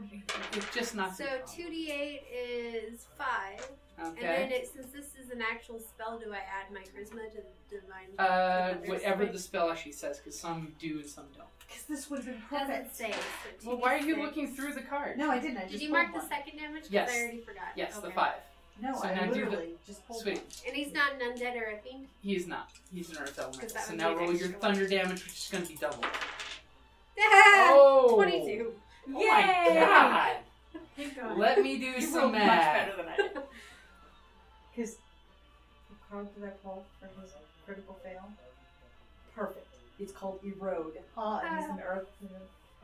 Speaker 2: it's just not.
Speaker 5: So 2d8 is 5, and then
Speaker 2: Okay.
Speaker 5: it, since this is an actual spell, do I add my Charisma to the Divine
Speaker 2: Uh,
Speaker 5: to Thunder
Speaker 2: whatever
Speaker 5: Smite?
Speaker 2: the spell actually says, because some do and some don't.
Speaker 4: Because this would have been
Speaker 5: Doesn't
Speaker 4: perfect.
Speaker 5: say. So
Speaker 2: Well, why are you
Speaker 5: 2d6.
Speaker 2: looking through the card?
Speaker 4: No, I didn't. I
Speaker 5: Did
Speaker 4: just
Speaker 5: you mark the
Speaker 4: pulled one.
Speaker 5: second damage? 'Cause
Speaker 2: Yes.
Speaker 5: I already forgot.
Speaker 2: Yes, the
Speaker 5: Okay.
Speaker 2: five.
Speaker 4: No,
Speaker 2: So now
Speaker 4: I
Speaker 2: do the-
Speaker 4: literally just pulled
Speaker 2: Sweet.
Speaker 4: one.
Speaker 5: And he's not an undead or a fiend?
Speaker 2: He is not. He's an earth element.
Speaker 5: 'Cause that
Speaker 2: So
Speaker 5: would
Speaker 2: now
Speaker 5: be an
Speaker 2: roll your
Speaker 5: extra
Speaker 2: thunder damage, which is going to be double.
Speaker 5: Oh, 22.
Speaker 2: Oh my god! Let me do
Speaker 6: You
Speaker 2: some
Speaker 6: rolled much
Speaker 2: math.
Speaker 6: better than I did.
Speaker 4: Because How did I roll for his critical fail? Perfect. It's called erode. Ah, and he's an earth.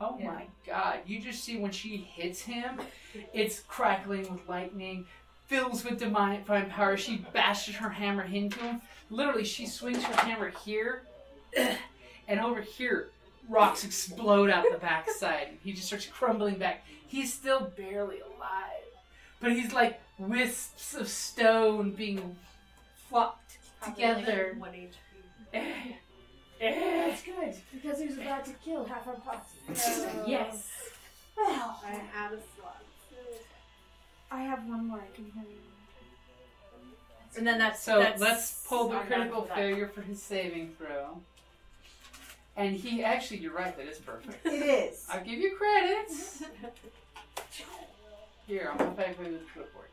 Speaker 2: Oh
Speaker 4: Yeah.
Speaker 2: my god. You just see when she hits him, it's crackling with lightning, fills with divine divine power. She bashes her hammer into him. Literally, she swings her hammer here, and over here, rocks explode out the backside. He just starts crumbling back. He's still barely alive, but he's like wisps of stone being flopped together.
Speaker 5: One HP.
Speaker 2: Eh, eh, it's good.
Speaker 3: Because he was about to kill half our posse.
Speaker 2: Yes.
Speaker 3: Well,
Speaker 5: I had a slot.
Speaker 3: I have one more I can hear you.
Speaker 6: And then that's
Speaker 2: So
Speaker 6: that's,
Speaker 2: let's pull the
Speaker 6: I'm not
Speaker 2: critical
Speaker 6: for that.
Speaker 2: failure for his saving throw. And he actually, you're right, that is perfect.
Speaker 4: It is.
Speaker 2: I'll give you credit. Here, I'm gonna back away with the clipboard.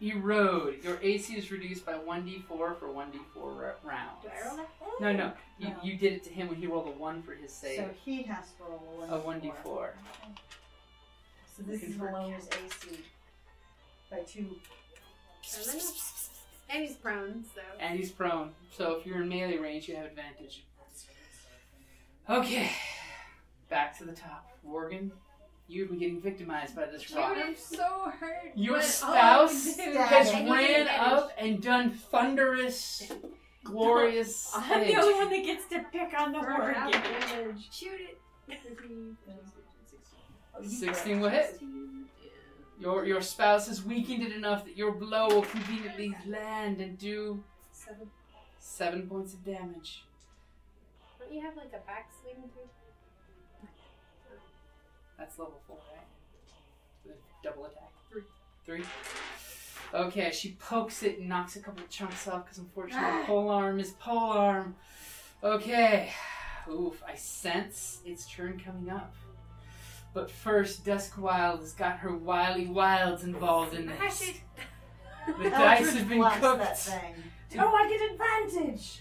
Speaker 2: Erode. Your AC is reduced by 1d4 for 1d4 ra- rounds.
Speaker 6: Do I roll that?
Speaker 2: No, no. You,
Speaker 4: No.
Speaker 2: you did it to him when he rolled a 1 for his save.
Speaker 4: So he has to roll
Speaker 2: a 1d4.
Speaker 4: So this is below his AC by two.
Speaker 5: And he's prone, so.
Speaker 2: And he's prone. So if you're in melee range, you have advantage. Okay. Back to the top. Worgen, you've been getting victimized by this rock.
Speaker 5: Dude, I'm so hurt.
Speaker 2: Your
Speaker 5: but- oh,
Speaker 2: spouse
Speaker 5: dude.
Speaker 2: has
Speaker 4: And
Speaker 5: you get
Speaker 2: ran
Speaker 5: advantage.
Speaker 2: up and done thunderous, glorious
Speaker 6: I'm the
Speaker 2: things.
Speaker 6: only one that gets to pick on the
Speaker 5: Burn
Speaker 6: word.
Speaker 5: out damage.
Speaker 6: Shoot it.
Speaker 4: Oh, you
Speaker 2: 16 will hit. Your, your spouse is weakened it enough that your blow will conveniently land and do
Speaker 5: Seven.
Speaker 2: seven points of damage.
Speaker 5: Don't you have like a backswing too?
Speaker 2: That's level four, right? With a double attack.
Speaker 5: Three.
Speaker 2: Three. Okay, she pokes it and knocks a couple of chunks off because unfortunately polearm is polearm. Okay. Oof, I sense its turn coming up. But first, Duskwild has got her wily wilds involved in
Speaker 5: Smash
Speaker 2: this.
Speaker 5: it.
Speaker 2: The dice
Speaker 4: Eldritch
Speaker 2: have been
Speaker 4: blast
Speaker 2: cooked.
Speaker 4: That thing.
Speaker 2: Oh,
Speaker 4: I get advantage.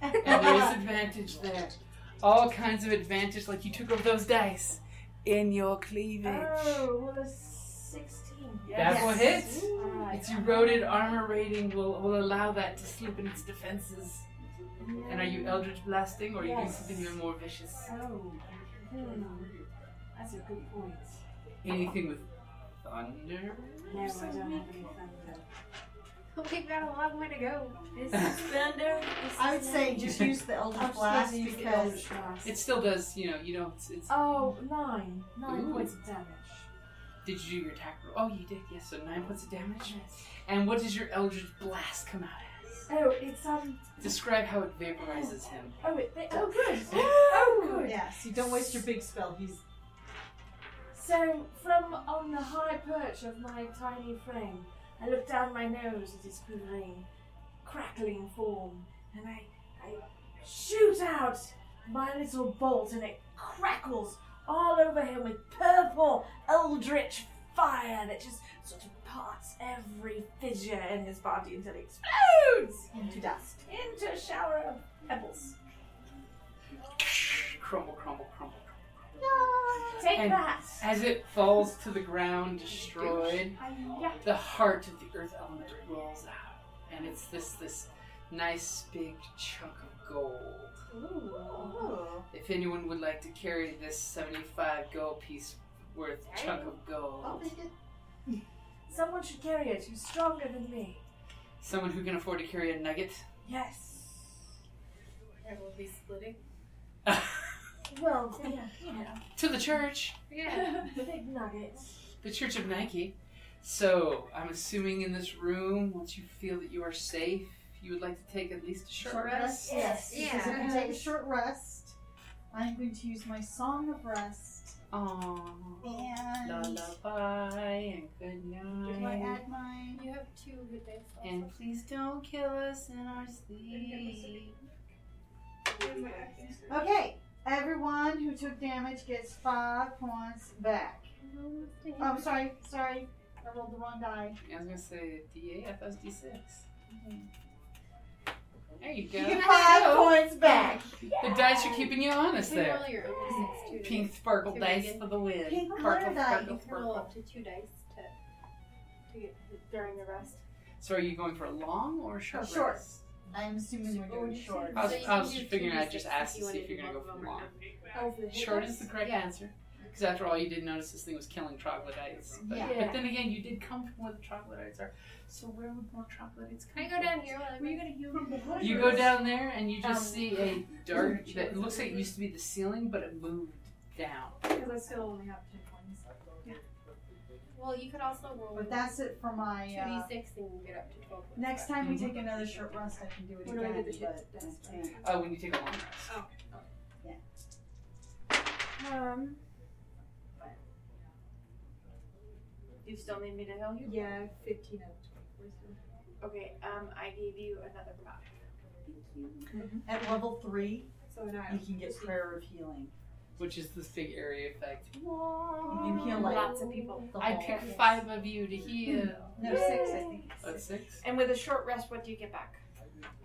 Speaker 2: and there's advantage there. All kinds of advantage, like you took off those dice in your cleavage.
Speaker 3: Oh, what a 16.
Speaker 2: That will hit.
Speaker 3: Alright.
Speaker 2: Its eroded armor rating will, will allow that to slip in its defenses. And are you Eldritch Blasting or are you doing
Speaker 3: Yes.
Speaker 2: something even more vicious?
Speaker 4: Oh, that's a good point.
Speaker 2: Anything with thunder?
Speaker 4: No, I don't have any thunder.
Speaker 5: We've got a long way to go.
Speaker 6: This is Thunder. This
Speaker 4: I
Speaker 6: is
Speaker 4: would say
Speaker 6: thunder.
Speaker 4: just use the Eldritch Blast because
Speaker 2: It still does, you know, you know, it's. it's
Speaker 3: Oh, nine. Nine
Speaker 2: Ooh.
Speaker 3: points of damage.
Speaker 2: did you do your attack roll? Oh, you did, yes, so nine points of damage. And what does your Eldritch Blast come out as?
Speaker 3: Oh, it's um.
Speaker 2: Describe how it vaporizes him.
Speaker 3: Oh, it. Oh, good. Oh, good.
Speaker 4: Yes, you don't waste your big spell. He's
Speaker 3: So, from on the high perch of my tiny frame, I looked down my nose at its quivering, crackling form, and I, I shoot out my little bolt, and it crackles all over him with purple eldritch fire that just sort of parts every fissure in his body until it explodes
Speaker 4: into dust.
Speaker 3: into a shower of pebbles.
Speaker 2: Crumble, crumble, crumble.
Speaker 3: Take
Speaker 2: And-
Speaker 3: that!
Speaker 2: As it falls to the ground, destroyed,
Speaker 3: Yeah.
Speaker 2: the heart of the earth element rolls out, and it's this this nice big chunk of gold.
Speaker 4: Oh.
Speaker 2: If anyone would like to carry this seventy-five gold piece worth chunk of
Speaker 4: I'll
Speaker 5: Oh,
Speaker 2: gold,
Speaker 4: take it.
Speaker 3: Someone should carry it who's stronger than me.
Speaker 2: someone who can afford to carry a nugget.
Speaker 3: Yes.
Speaker 5: I will be splitting.
Speaker 3: Well, yeah, you know,
Speaker 2: to the church,
Speaker 5: Yeah.
Speaker 3: big nuggets.
Speaker 2: the Church of Nike. So I'm assuming in this room, once you feel that you are safe, you would like to take at least a short, rest.
Speaker 4: Yes. Because if
Speaker 5: Yeah.
Speaker 4: we take a short rest, I'm going to use my Song of Rest
Speaker 2: Aww.
Speaker 4: and
Speaker 2: Lullaby and good
Speaker 4: do I
Speaker 2: night.
Speaker 4: add my?
Speaker 5: You have two good days. left.
Speaker 2: And please don't kill us in our sleep.
Speaker 4: Okay, everyone who took damage gets five points back. Oh, I'm sorry, sorry, I rolled the wrong die.
Speaker 2: I was gonna say D8, I thought it was D6.
Speaker 4: Mhm.
Speaker 2: There you
Speaker 4: You get
Speaker 2: go.
Speaker 4: five points back.
Speaker 2: The dice are keeping you honest
Speaker 5: You
Speaker 2: there.
Speaker 5: roll your own six, two
Speaker 2: Pink
Speaker 5: dice.
Speaker 2: sparkle
Speaker 5: Two
Speaker 2: dice
Speaker 5: again.
Speaker 2: for the win.
Speaker 4: Pink
Speaker 2: sparkle,
Speaker 4: glitter die.
Speaker 5: You
Speaker 2: sparkle,
Speaker 5: can roll
Speaker 2: sparkle.
Speaker 5: up to two dice to, to get during the rest.
Speaker 2: So are you going for a long or a short?
Speaker 3: Oh, short.
Speaker 2: Rest?
Speaker 4: I'm assuming we're doing short.
Speaker 2: I was,
Speaker 5: So you
Speaker 2: I
Speaker 5: can
Speaker 2: was
Speaker 5: do
Speaker 2: just figuring I'd
Speaker 5: 2d6
Speaker 2: just
Speaker 5: if
Speaker 2: ask to
Speaker 5: you
Speaker 2: see
Speaker 5: wanna
Speaker 2: if you're
Speaker 5: do
Speaker 2: gonna go
Speaker 5: both of
Speaker 2: for
Speaker 5: them
Speaker 2: long.
Speaker 5: or-
Speaker 3: Oh, the hit
Speaker 2: Short
Speaker 3: dice?
Speaker 2: is the correct
Speaker 3: Yeah.
Speaker 2: answer. Because after all, you did notice this thing was killing troglodytes. But,
Speaker 4: Yeah.
Speaker 2: but then again, you did come from where the troglodytes are. So where would more troglodytes come
Speaker 5: Can I go down here? While I'm
Speaker 2: Were you
Speaker 5: gonna heal
Speaker 2: from? You go down there and you just
Speaker 3: Um,
Speaker 2: see a dark that looks like it used to be the ceiling, but it moved down.
Speaker 5: Because I still only have two points. Well, you could also roll
Speaker 4: But that's it for my.
Speaker 5: two d
Speaker 4: Uh,
Speaker 5: six and you get up to twelve points.
Speaker 4: next time we
Speaker 2: Mhm.
Speaker 4: take another short rest, I can do it
Speaker 5: What do I
Speaker 4: again.
Speaker 5: do to
Speaker 4: but
Speaker 5: hit
Speaker 4: I
Speaker 5: this?
Speaker 4: think-
Speaker 2: Oh, when you take a long rest.
Speaker 5: Oh.
Speaker 3: Um,
Speaker 6: You still need me to heal you?
Speaker 5: yeah, fifteen out of twenty-four. So.
Speaker 6: Okay, um, I gave you another map.
Speaker 4: At level three,
Speaker 5: So now
Speaker 4: you can get prayer of healing.
Speaker 2: Which is this big area effect.
Speaker 4: You can heal like
Speaker 6: Lots of people.
Speaker 4: the
Speaker 2: I
Speaker 3: Oh,
Speaker 4: whole-
Speaker 2: pick five of you to heal.
Speaker 4: No, six, I think. it's
Speaker 2: That's
Speaker 4: six.
Speaker 2: six.
Speaker 6: And with a short rest, what do you get back?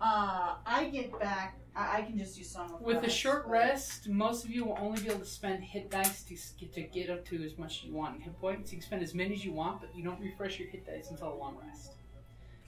Speaker 4: Uh, I get back. I, I can just do some of
Speaker 2: With a
Speaker 4: those,
Speaker 2: short
Speaker 4: but-
Speaker 2: rest, most of you will only be able to spend hit dice to s- get, to get up to as much as you want in hit points. You can spend as many as you want, but you don't refresh your hit dice until a long rest.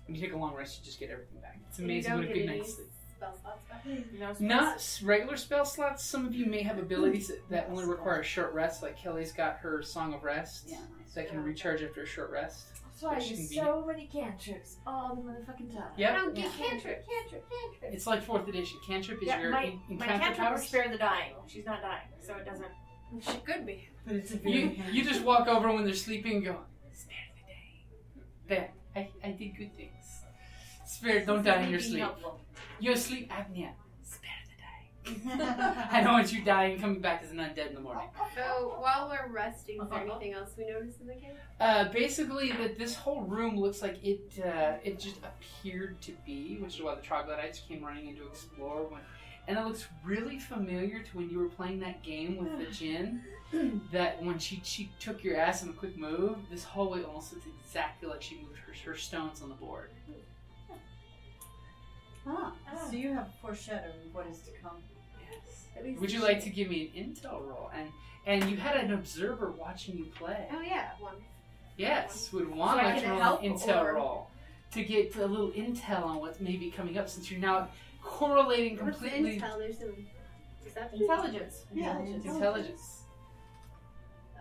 Speaker 2: When you take a long rest, you just get everything back. It's
Speaker 6: And you
Speaker 2: amazing
Speaker 6: don't
Speaker 2: what a
Speaker 6: get
Speaker 2: good
Speaker 6: any
Speaker 2: night's sleep.
Speaker 5: Spell slots back.
Speaker 6: No spells?
Speaker 2: Not s- regular spell slots. Some of you may have abilities that, that only require a short rest, like Kelly's got her Song of Rest.
Speaker 4: Yeah.
Speaker 2: So I can recharge after a short rest.
Speaker 3: that's why
Speaker 2: Which
Speaker 3: there's
Speaker 2: can be-
Speaker 3: so many cantrips all the motherfucking time.
Speaker 2: Yep.
Speaker 5: Oh, get
Speaker 4: Yeah.
Speaker 5: cantrip, cantrip, cantrip.
Speaker 2: It's like fourth edition. Cantrip is
Speaker 6: Yeah,
Speaker 2: your
Speaker 6: my,
Speaker 2: en-
Speaker 6: my
Speaker 2: encounter
Speaker 6: cantrip will
Speaker 2: powers.
Speaker 6: spare the dying. She's not dying, so it doesn't.
Speaker 5: She could be.
Speaker 4: But it's a very
Speaker 2: You, you just walk over when they're sleeping and go, spare the day. There, I, I did good things. Spare, don't die in your
Speaker 6: Being
Speaker 2: sleep.
Speaker 6: helpful.
Speaker 2: You have sleep apnea. Spare the day. I don't want you dying coming back as an undead in the morning.
Speaker 5: So while we're resting, is there anything else we notice in the game?
Speaker 2: Uh, basically, that this whole room looks like it uh, it just appeared to be, which is why the troglodytes came running in to explore. When, and it looks really familiar to when you were playing that game with the gin. that when she she took your ass in a quick move, this hallway almost looks exactly like she moved her, her stones on the board.
Speaker 4: Huh. So you have foreshadowing what is to come.
Speaker 2: Yes.
Speaker 5: At least
Speaker 2: Would you like to give me an intel roll? And and you had an observer watching you play.
Speaker 5: Oh yeah, one.
Speaker 2: Yes, would want
Speaker 6: So I
Speaker 2: like to
Speaker 6: can
Speaker 2: roll
Speaker 6: help
Speaker 2: an intel
Speaker 6: or-
Speaker 2: roll to get a little intel on what's maybe coming up since you're now correlating
Speaker 5: What's the
Speaker 2: completely
Speaker 5: intel? There's some perception.
Speaker 6: Intelligence. Oh,
Speaker 4: Yeah,
Speaker 2: intelligence.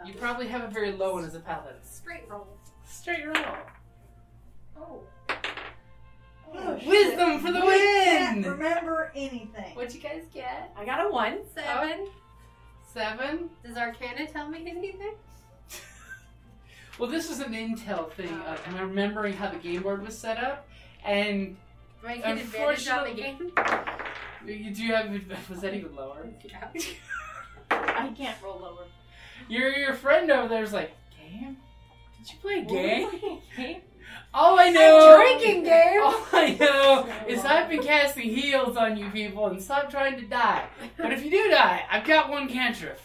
Speaker 2: You probably have a very low one as a paladin.
Speaker 5: Straight roll.
Speaker 2: Straight roll.
Speaker 5: Oh.
Speaker 2: Wisdom for the
Speaker 4: We can't
Speaker 2: win!
Speaker 4: remember anything.
Speaker 5: What'd you guys get?
Speaker 6: I got a one.
Speaker 5: Seven.
Speaker 2: Seven.
Speaker 5: Does Arcana tell me anything?
Speaker 2: Well, this was an intel thing
Speaker 5: Oh,
Speaker 2: of remembering how the game board was set up, and
Speaker 5: Do I get advantage on the game?
Speaker 2: you do have was that even lower?
Speaker 6: I can't roll lower.
Speaker 2: Your your friend over there's like, game? Did you play a game? All I know
Speaker 5: Drinking game.
Speaker 2: All I know is I've been casting heals on you people and stop trying to die. But if you do die, I've got one cantrip.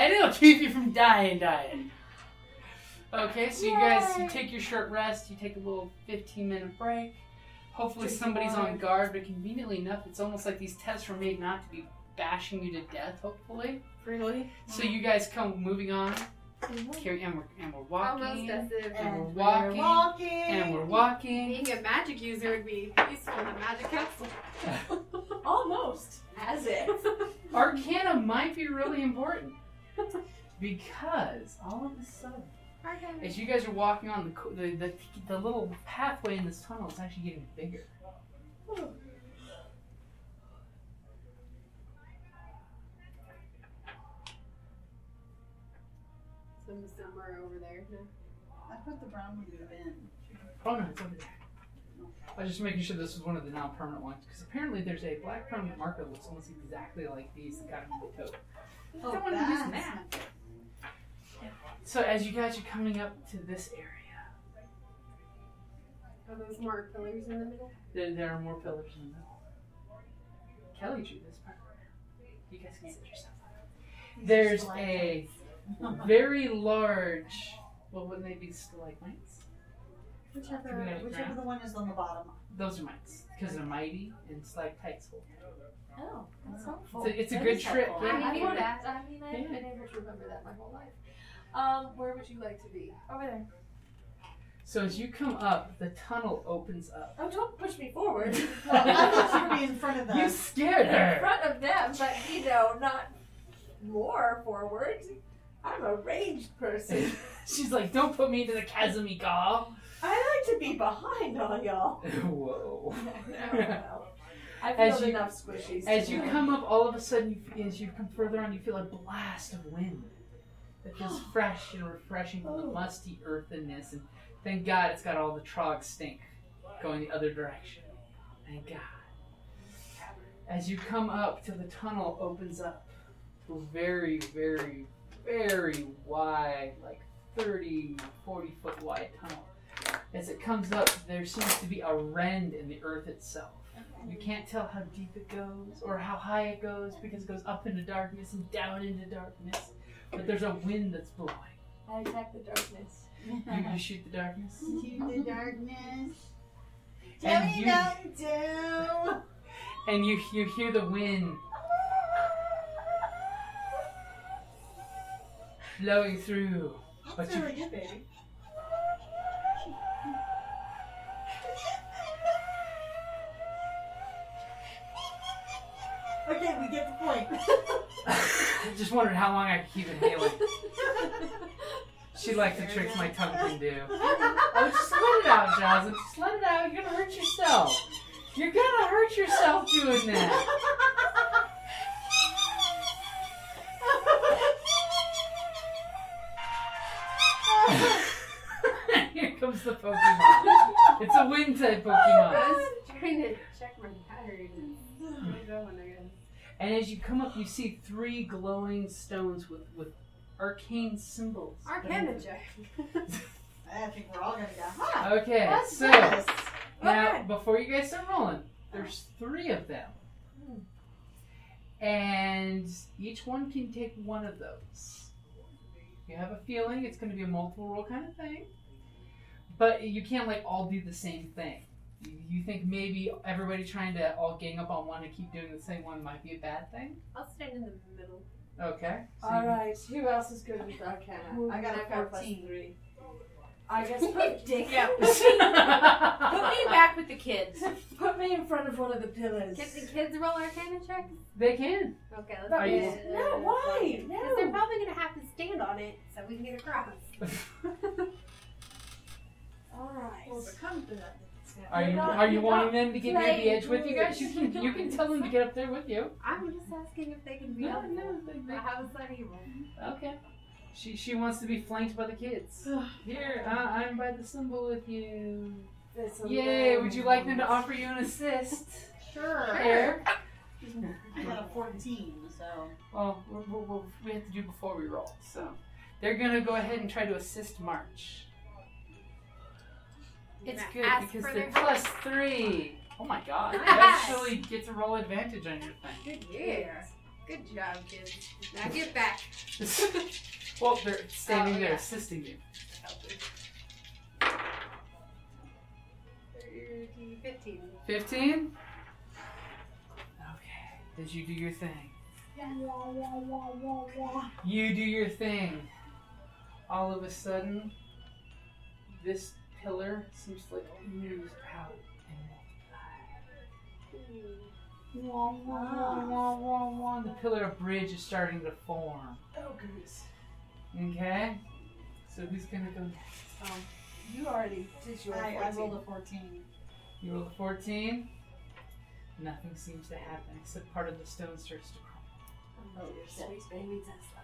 Speaker 2: and it'll keep you from dying, dying. Okay, so you guys you take your short rest, you take a little 15 minute break. Hopefully
Speaker 5: Drink
Speaker 2: somebody's on
Speaker 5: water.
Speaker 2: guard, but conveniently enough, it's almost like these tests were made not to be bashing you to death, hopefully.
Speaker 5: Really?
Speaker 2: So you guys come moving on,
Speaker 6: Mm-hmm.
Speaker 2: carry, and, we're, and we're
Speaker 5: Almost
Speaker 2: walking,
Speaker 5: as if
Speaker 2: And we're walking,
Speaker 4: walking.
Speaker 2: and we're walking.
Speaker 5: being a magic user would be useful in a magic castle.
Speaker 4: almost as if.
Speaker 2: Arcana might be really important because all of a sudden,
Speaker 5: Arcana.
Speaker 2: as you guys are walking on the co- the, the the little pathway in this tunnel is actually getting bigger.
Speaker 5: Some somewhere over there.
Speaker 4: I put the brown one in the bin.
Speaker 2: Oh no, it's over there. I was just making sure this was one of the non-permanent ones because apparently there's a black permanent marker that looks almost exactly like these that got in the tote.
Speaker 4: Oh,
Speaker 2: Someone who's
Speaker 4: that's
Speaker 2: mad.
Speaker 4: not-
Speaker 2: So as you guys are coming up to this area,
Speaker 5: Are those more pillars in the middle?
Speaker 2: there, there are more pillars in the middle. Kelly drew this part. You guys consider yourself. There's a very large. Well, wouldn't they be stalagmites?
Speaker 4: whichever, whichever the one is on the bottom.
Speaker 2: Those are mites because they're mighty and stalactites. hold.
Speaker 5: Oh,
Speaker 4: that's
Speaker 2: It's a, it's a good trip.
Speaker 5: I
Speaker 2: Yeah.
Speaker 5: knew that. I mean, I've
Speaker 2: Yeah.
Speaker 5: been able to remember that my whole life. Um, where would you like to be?
Speaker 3: Over there.
Speaker 2: So as you come up, the tunnel opens up.
Speaker 5: Oh, don't push me forward.
Speaker 4: I thought you were in front of
Speaker 2: You
Speaker 4: us.
Speaker 2: scared
Speaker 5: in
Speaker 2: her.
Speaker 5: front of them, but you know, not more forward. I'm a ranged person.
Speaker 2: She's like, don't put me into the chasm, Egal.
Speaker 5: I like to be behind all y'all.
Speaker 2: Whoa.
Speaker 5: I
Speaker 2: As
Speaker 5: feel
Speaker 2: you-
Speaker 5: enough squishies.
Speaker 2: As you
Speaker 5: tonight.
Speaker 2: come up, all of a sudden, you, as you come further on, you feel a blast of wind that feels fresh and refreshing from the musty earthiness. And thank God it's got all the trog stink going the other direction. Thank God. As you come up to the tunnel opens up to a very, very, very wide, like 30, 40 foot wide tunnel. As it comes up, there seems to be a rend in the earth itself. You can't tell how deep it goes or how high it goes because it goes up into darkness and down into darkness. But there's a wind that's blowing.
Speaker 5: I attack the darkness.
Speaker 2: You, you shoot the darkness.
Speaker 4: To the darkness. Tell
Speaker 2: And
Speaker 4: me
Speaker 2: you-
Speaker 4: Mountain Dew.
Speaker 2: And you you hear the wind blowing through. But
Speaker 4: That's
Speaker 2: you-
Speaker 4: really good, baby. Okay, we get the point.
Speaker 2: I just wondered how long I could keep inhaling. She liked the tricks my tongue can do. Oh, just let it out, Jocelyn. Just let it out. You're gonna hurt yourself. You're gonna hurt yourself doing that. Here comes the Pokemon. It's a wind type
Speaker 5: I
Speaker 2: Pokemon.
Speaker 5: was trying to check my battery. I'm going again.
Speaker 2: And as you come up, you see three glowing stones with, with arcane symbols.
Speaker 5: Arcana check.
Speaker 4: I think we're all gonna go. Huh?
Speaker 2: Okay,
Speaker 5: What's
Speaker 2: so
Speaker 4: Yes.
Speaker 2: now
Speaker 5: Okay.
Speaker 2: before you guys start rolling, there's three of them. And each one can take one of those. You have a feeling it's going to be a multiple roll kind of thing. But you can't like all do the same thing. You- You think maybe everybody trying to all gang up on one and keep doing the same one might be a bad thing?
Speaker 5: I'll stand in the middle.
Speaker 2: Okay. so
Speaker 3: All
Speaker 2: you-
Speaker 3: right, who else is good with Arcana?
Speaker 4: I got a
Speaker 3: I've got plus
Speaker 4: 14.
Speaker 3: three. I guess put,
Speaker 5: Put dick
Speaker 6: Yeah.
Speaker 5: out.
Speaker 6: Put me back with the kids.
Speaker 3: put me in front of one of the pillars.
Speaker 5: Can the kids roll Arcana check?
Speaker 2: They can.
Speaker 5: Okay, let's
Speaker 2: Are
Speaker 5: do
Speaker 2: you-
Speaker 5: it.
Speaker 3: No, why?
Speaker 5: Because they're
Speaker 3: No.
Speaker 5: probably going to have to stand on it so we can get across.
Speaker 3: All right.
Speaker 2: Are
Speaker 3: You're
Speaker 2: you
Speaker 3: not-
Speaker 2: are you
Speaker 3: you're
Speaker 2: wanting them to get maybe
Speaker 3: playing
Speaker 2: edge with you guys? You can you can tell them to get up there with you.
Speaker 5: I'm just asking if they can be
Speaker 2: No,
Speaker 5: helpful.
Speaker 2: no, they- they-
Speaker 5: I haven't said evil.
Speaker 2: Okay. She she wants to be flanked by the kids. Here, uh, I'm by the symbol with you.
Speaker 3: There's some
Speaker 2: Yay! Would you like them to
Speaker 3: bones.
Speaker 2: offer you an assist?
Speaker 4: Sure.
Speaker 2: There.
Speaker 4: I got a 14, so.
Speaker 2: Well, we're, we're, we're, we have to do before we roll. So they're gonna go ahead and try to assist March. It's
Speaker 5: Gonna
Speaker 2: good
Speaker 5: ask
Speaker 2: because
Speaker 5: for
Speaker 2: they're
Speaker 5: their help.
Speaker 2: plus three. Oh my god! You
Speaker 5: Nice.
Speaker 2: actually get to roll advantage on your thing.
Speaker 5: Good year. Good job, kids. Now get back.
Speaker 2: well, they're standing
Speaker 5: Oh,
Speaker 2: there
Speaker 5: yeah.
Speaker 2: assisting you.
Speaker 5: 30, 15.
Speaker 2: 15? Okay. Did you do your thing? You do your thing. All of a sudden, this pillar seems to like ooze out and multiply. Wah,
Speaker 5: Ah.
Speaker 2: wah, wah, wah, wah. The pillar of bridge is starting to form.
Speaker 3: Oh,
Speaker 2: Okay? So who's gonna go next?
Speaker 3: You already did your
Speaker 4: I, I
Speaker 3: 14.
Speaker 4: rolled a 14.
Speaker 2: You roll a 14. Nothing seems to happen except part of the stone starts to crumble.
Speaker 4: Oh, shit.
Speaker 5: Sweet baby Tesla.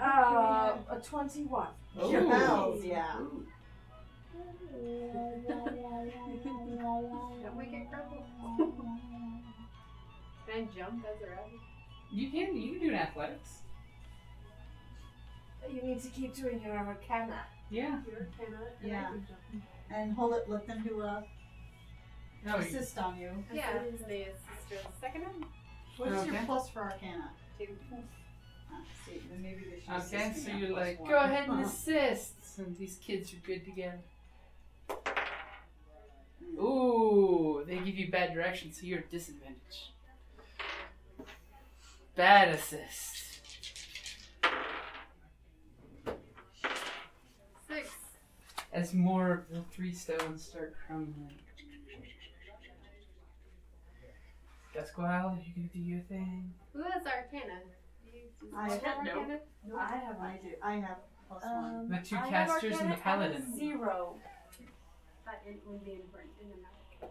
Speaker 3: Uh, a 21.
Speaker 2: Oh.
Speaker 4: Your bells, yeah.
Speaker 5: Don't we get crumpled? Can I jump as a rabbit?
Speaker 2: You can you can do an athletics.
Speaker 3: You need to keep doing your Arcana.
Speaker 2: Yeah.
Speaker 5: You're a cannot.
Speaker 4: Yeah. And hold it, let them do a
Speaker 2: No. you-
Speaker 4: assist on you.
Speaker 5: Yeah. The sister. Second one?
Speaker 4: What's your
Speaker 2: Okay.
Speaker 4: plus for Arcana?
Speaker 5: Two.
Speaker 4: Uh, see, then maybe they should
Speaker 2: Okay,
Speaker 4: assist
Speaker 2: so
Speaker 4: me on
Speaker 2: you're
Speaker 4: plus
Speaker 2: like,
Speaker 4: one.
Speaker 2: go ahead and
Speaker 4: Uh-huh.
Speaker 2: assist. And these kids are good together.
Speaker 4: Hmm.
Speaker 2: Ooh, they give you bad directions, so you're at disadvantage. Bad assist.
Speaker 5: Six.
Speaker 2: as more of the three stones start crumbling. Gasquale, you gonna do your thing?
Speaker 5: Who has Arcana? You- does
Speaker 4: I
Speaker 5: anyone have
Speaker 4: don't
Speaker 2: know.
Speaker 5: Arcana?
Speaker 4: I have my two. I have plus one.
Speaker 3: Um,
Speaker 2: The two
Speaker 3: I have
Speaker 2: casters and the
Speaker 3: Arcana at
Speaker 2: paladin.
Speaker 3: Zero.
Speaker 5: That it would be important. It didn't matter.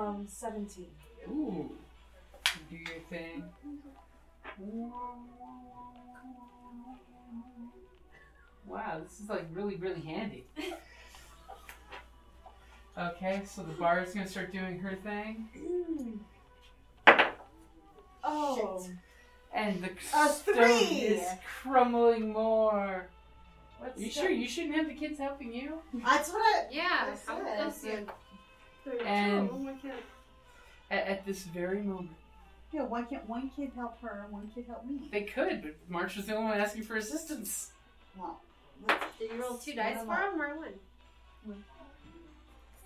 Speaker 3: Um, seventeen.
Speaker 2: Ooh, do your thing. Wow, this is like really, really handy. Okay, so the bard's gonna start doing her thing,
Speaker 3: Oh,
Speaker 2: and the
Speaker 1: A
Speaker 2: stone
Speaker 1: three!
Speaker 2: is crumbling more.
Speaker 3: what's
Speaker 2: you
Speaker 3: that?
Speaker 2: sure you shouldn't have the kids helping you?
Speaker 1: That's what I.
Speaker 5: Yeah,
Speaker 1: That's
Speaker 5: how
Speaker 1: it.
Speaker 5: would this do?
Speaker 2: And-
Speaker 5: Oh, I can't.
Speaker 2: At, at this very moment,
Speaker 4: Yeah, why can't one kid help her and one kid help me?
Speaker 2: they could, but March was the only one asking for assistance.
Speaker 4: Well, let's,
Speaker 5: Did you roll two dice for him or one?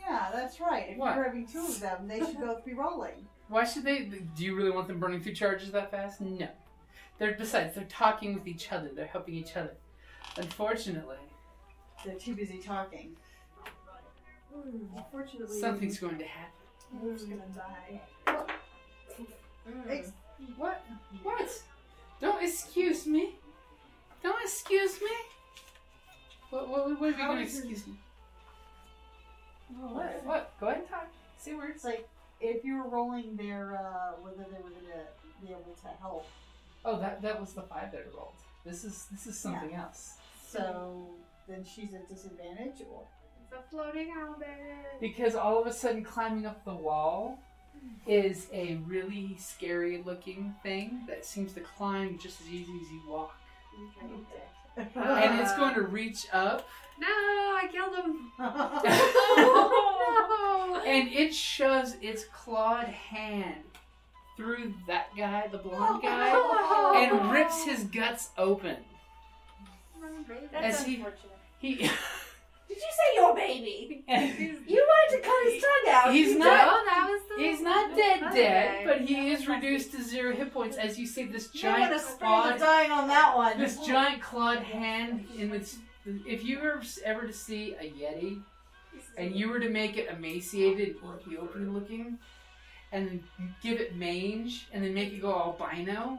Speaker 4: yeah, that's right. If
Speaker 2: What?
Speaker 4: you're having two of them, they should both be rolling.
Speaker 2: Why should they? Do you really want them burning through charges that fast? No. They're besides, they're talking with each other. They're helping each other. Unfortunately,
Speaker 4: They're too busy talking.
Speaker 5: Unfortunately,
Speaker 2: something's going to happen.
Speaker 3: We're just gonna die.
Speaker 4: Mm. Ex-
Speaker 2: What? What? Don't excuse me. Don't excuse me. What? What? What are you
Speaker 4: How
Speaker 2: going to
Speaker 4: is it-
Speaker 2: excuse me?
Speaker 3: Oh,
Speaker 2: What? What? Go ahead and talk. Say words.
Speaker 4: It's like if you were rolling their uh, whether they were gonna uh, be able to help.
Speaker 2: Oh, that that was the five that I rolled. This is this is something else.
Speaker 4: So then she's at disadvantage, or
Speaker 5: It's a floating owlbear.
Speaker 2: Because all of a sudden, climbing up the wall is a really scary looking thing that seems to climb just as easy as you walk. and it's going to reach up
Speaker 5: No, I killed him. No.
Speaker 2: and it shoves its clawed hand through that guy, the blonde guy,
Speaker 5: Oh.
Speaker 2: and rips his guts open.
Speaker 6: That's
Speaker 2: As he-
Speaker 6: unfortunate.
Speaker 2: He
Speaker 6: Did you say your baby?
Speaker 2: he's
Speaker 6: You wanted to cut his tongue out.
Speaker 2: He's
Speaker 6: You
Speaker 2: not-
Speaker 5: No, that was the.
Speaker 2: not dead dead,
Speaker 5: Okay.
Speaker 2: but he is reduced to zero hit points as you see this
Speaker 4: You're gonna
Speaker 2: giant
Speaker 4: scream
Speaker 2: clawed
Speaker 4: at dying on that one.
Speaker 2: this giant clawed hand in this if you were ever to see a yeti and you were to make it emaciated or Ethiopian looking and then give it mange and then make it go albino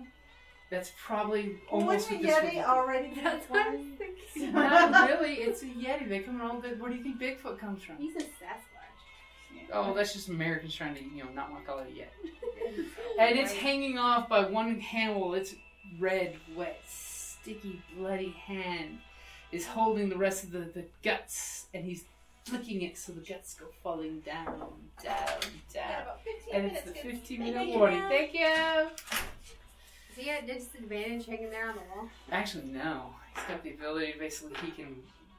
Speaker 2: that's probably
Speaker 4: Well,
Speaker 2: almost
Speaker 4: wouldn't a
Speaker 2: what this would
Speaker 4: Yeti
Speaker 2: be.
Speaker 4: already be
Speaker 5: That's what
Speaker 4: fine?
Speaker 5: I'm thinking.
Speaker 2: not really it's a yeti they come in all the where do you think bigfoot comes from
Speaker 5: He's a Sasquatch.
Speaker 2: oh that's just americans trying to you know not want to call it a yeti and it's hanging off by one hand while its red wet sticky bloody hand is holding the rest of the, the guts and he's flicking it so the guts go falling down down down And it's the 15 minute warning. Thank you.
Speaker 5: Is he at disadvantage hanging there on the wall?
Speaker 2: Actually, no. He's got the ability. Basically, he can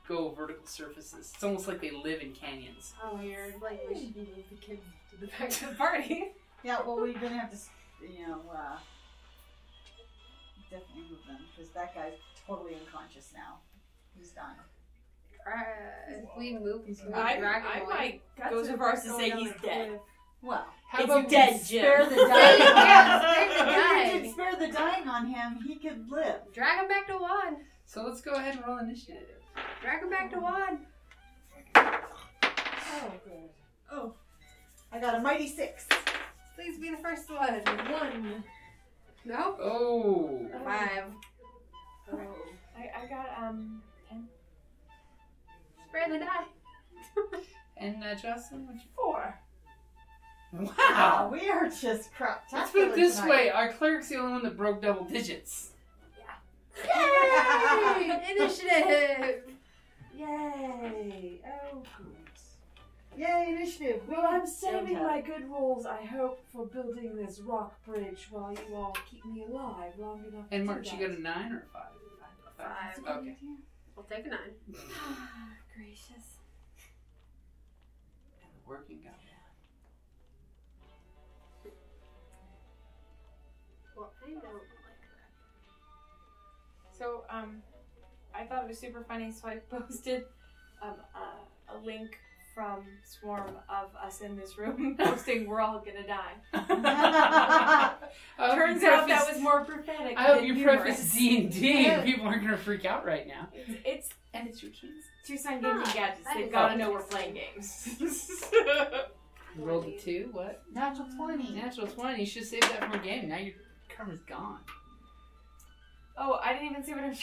Speaker 2: go vertical surfaces. It's almost like they live in canyons.
Speaker 5: Oh, weird. Like, we should move the kids to the back of the party.
Speaker 4: Yeah, well, we're gonna have to, s- you know, uh, definitely move them because that guy's totally unconscious now. He's done.
Speaker 5: Uh,
Speaker 6: Oh.
Speaker 5: if we move, move
Speaker 6: I,
Speaker 5: Dragon
Speaker 6: I
Speaker 5: Ball.
Speaker 6: might go so far as to say he's dead.
Speaker 4: Well,
Speaker 2: How
Speaker 6: It's
Speaker 2: about
Speaker 6: dead,
Speaker 2: we-
Speaker 6: Jim.
Speaker 4: spare the dying. if
Speaker 5: Yeah,
Speaker 4: you
Speaker 5: spare the
Speaker 4: did
Speaker 5: guy.
Speaker 4: spare the dying on him, he could live.
Speaker 5: Drag him back to one.
Speaker 2: So let's go ahead and roll initiative.
Speaker 5: Drag him back to one.
Speaker 4: Oh, good.
Speaker 5: Oh.
Speaker 4: I got a mighty six.
Speaker 5: Please be the first one. One. No?
Speaker 2: Oh.
Speaker 5: Five.
Speaker 6: Oh. I, I got um.
Speaker 5: Spare the die.
Speaker 2: And uh, Jocelyn, what'd
Speaker 6: Four.
Speaker 2: you? Wow.
Speaker 4: we are just crap.
Speaker 2: Let's put it this way: our cleric's the only one that broke double digits.
Speaker 5: Yay! Initiative!
Speaker 3: Yay! Oh, good.
Speaker 4: Yay, initiative.
Speaker 3: Well, I'm saving
Speaker 4: Okay.
Speaker 3: my good rolls. I hope for building this rock bridge while you all keep me alive long enough.
Speaker 2: And
Speaker 3: to
Speaker 2: March,
Speaker 3: do
Speaker 2: you got
Speaker 3: that.
Speaker 2: a nine or a five?
Speaker 5: Five.
Speaker 2: Okay.
Speaker 5: I'll take a nine.
Speaker 6: Gracious.
Speaker 2: And the working guy.
Speaker 5: Well, I don't like
Speaker 6: So um, I thought it was super funny, so I posted um a, a link from Swarm of us in this room posting "We're all gonna die."
Speaker 2: I hope you
Speaker 6: Turns out that
Speaker 2: preface-
Speaker 6: was more prophetic.
Speaker 2: I hope
Speaker 6: than
Speaker 2: you
Speaker 6: humorous.
Speaker 2: preface D and D. People are gonna freak out right now.
Speaker 6: It's, it's
Speaker 2: And
Speaker 5: it's your keys.
Speaker 6: Tucson Games and
Speaker 5: Ah,
Speaker 6: Gadgets.
Speaker 5: that
Speaker 6: They've
Speaker 5: is
Speaker 6: got to know we're
Speaker 5: interesting.
Speaker 6: playing games.
Speaker 2: You rolled a two. What?
Speaker 1: Natural 20.
Speaker 2: Natural twenty. You should save that for a game. Now your cover's gone.
Speaker 6: oh, I didn't even see what I'm.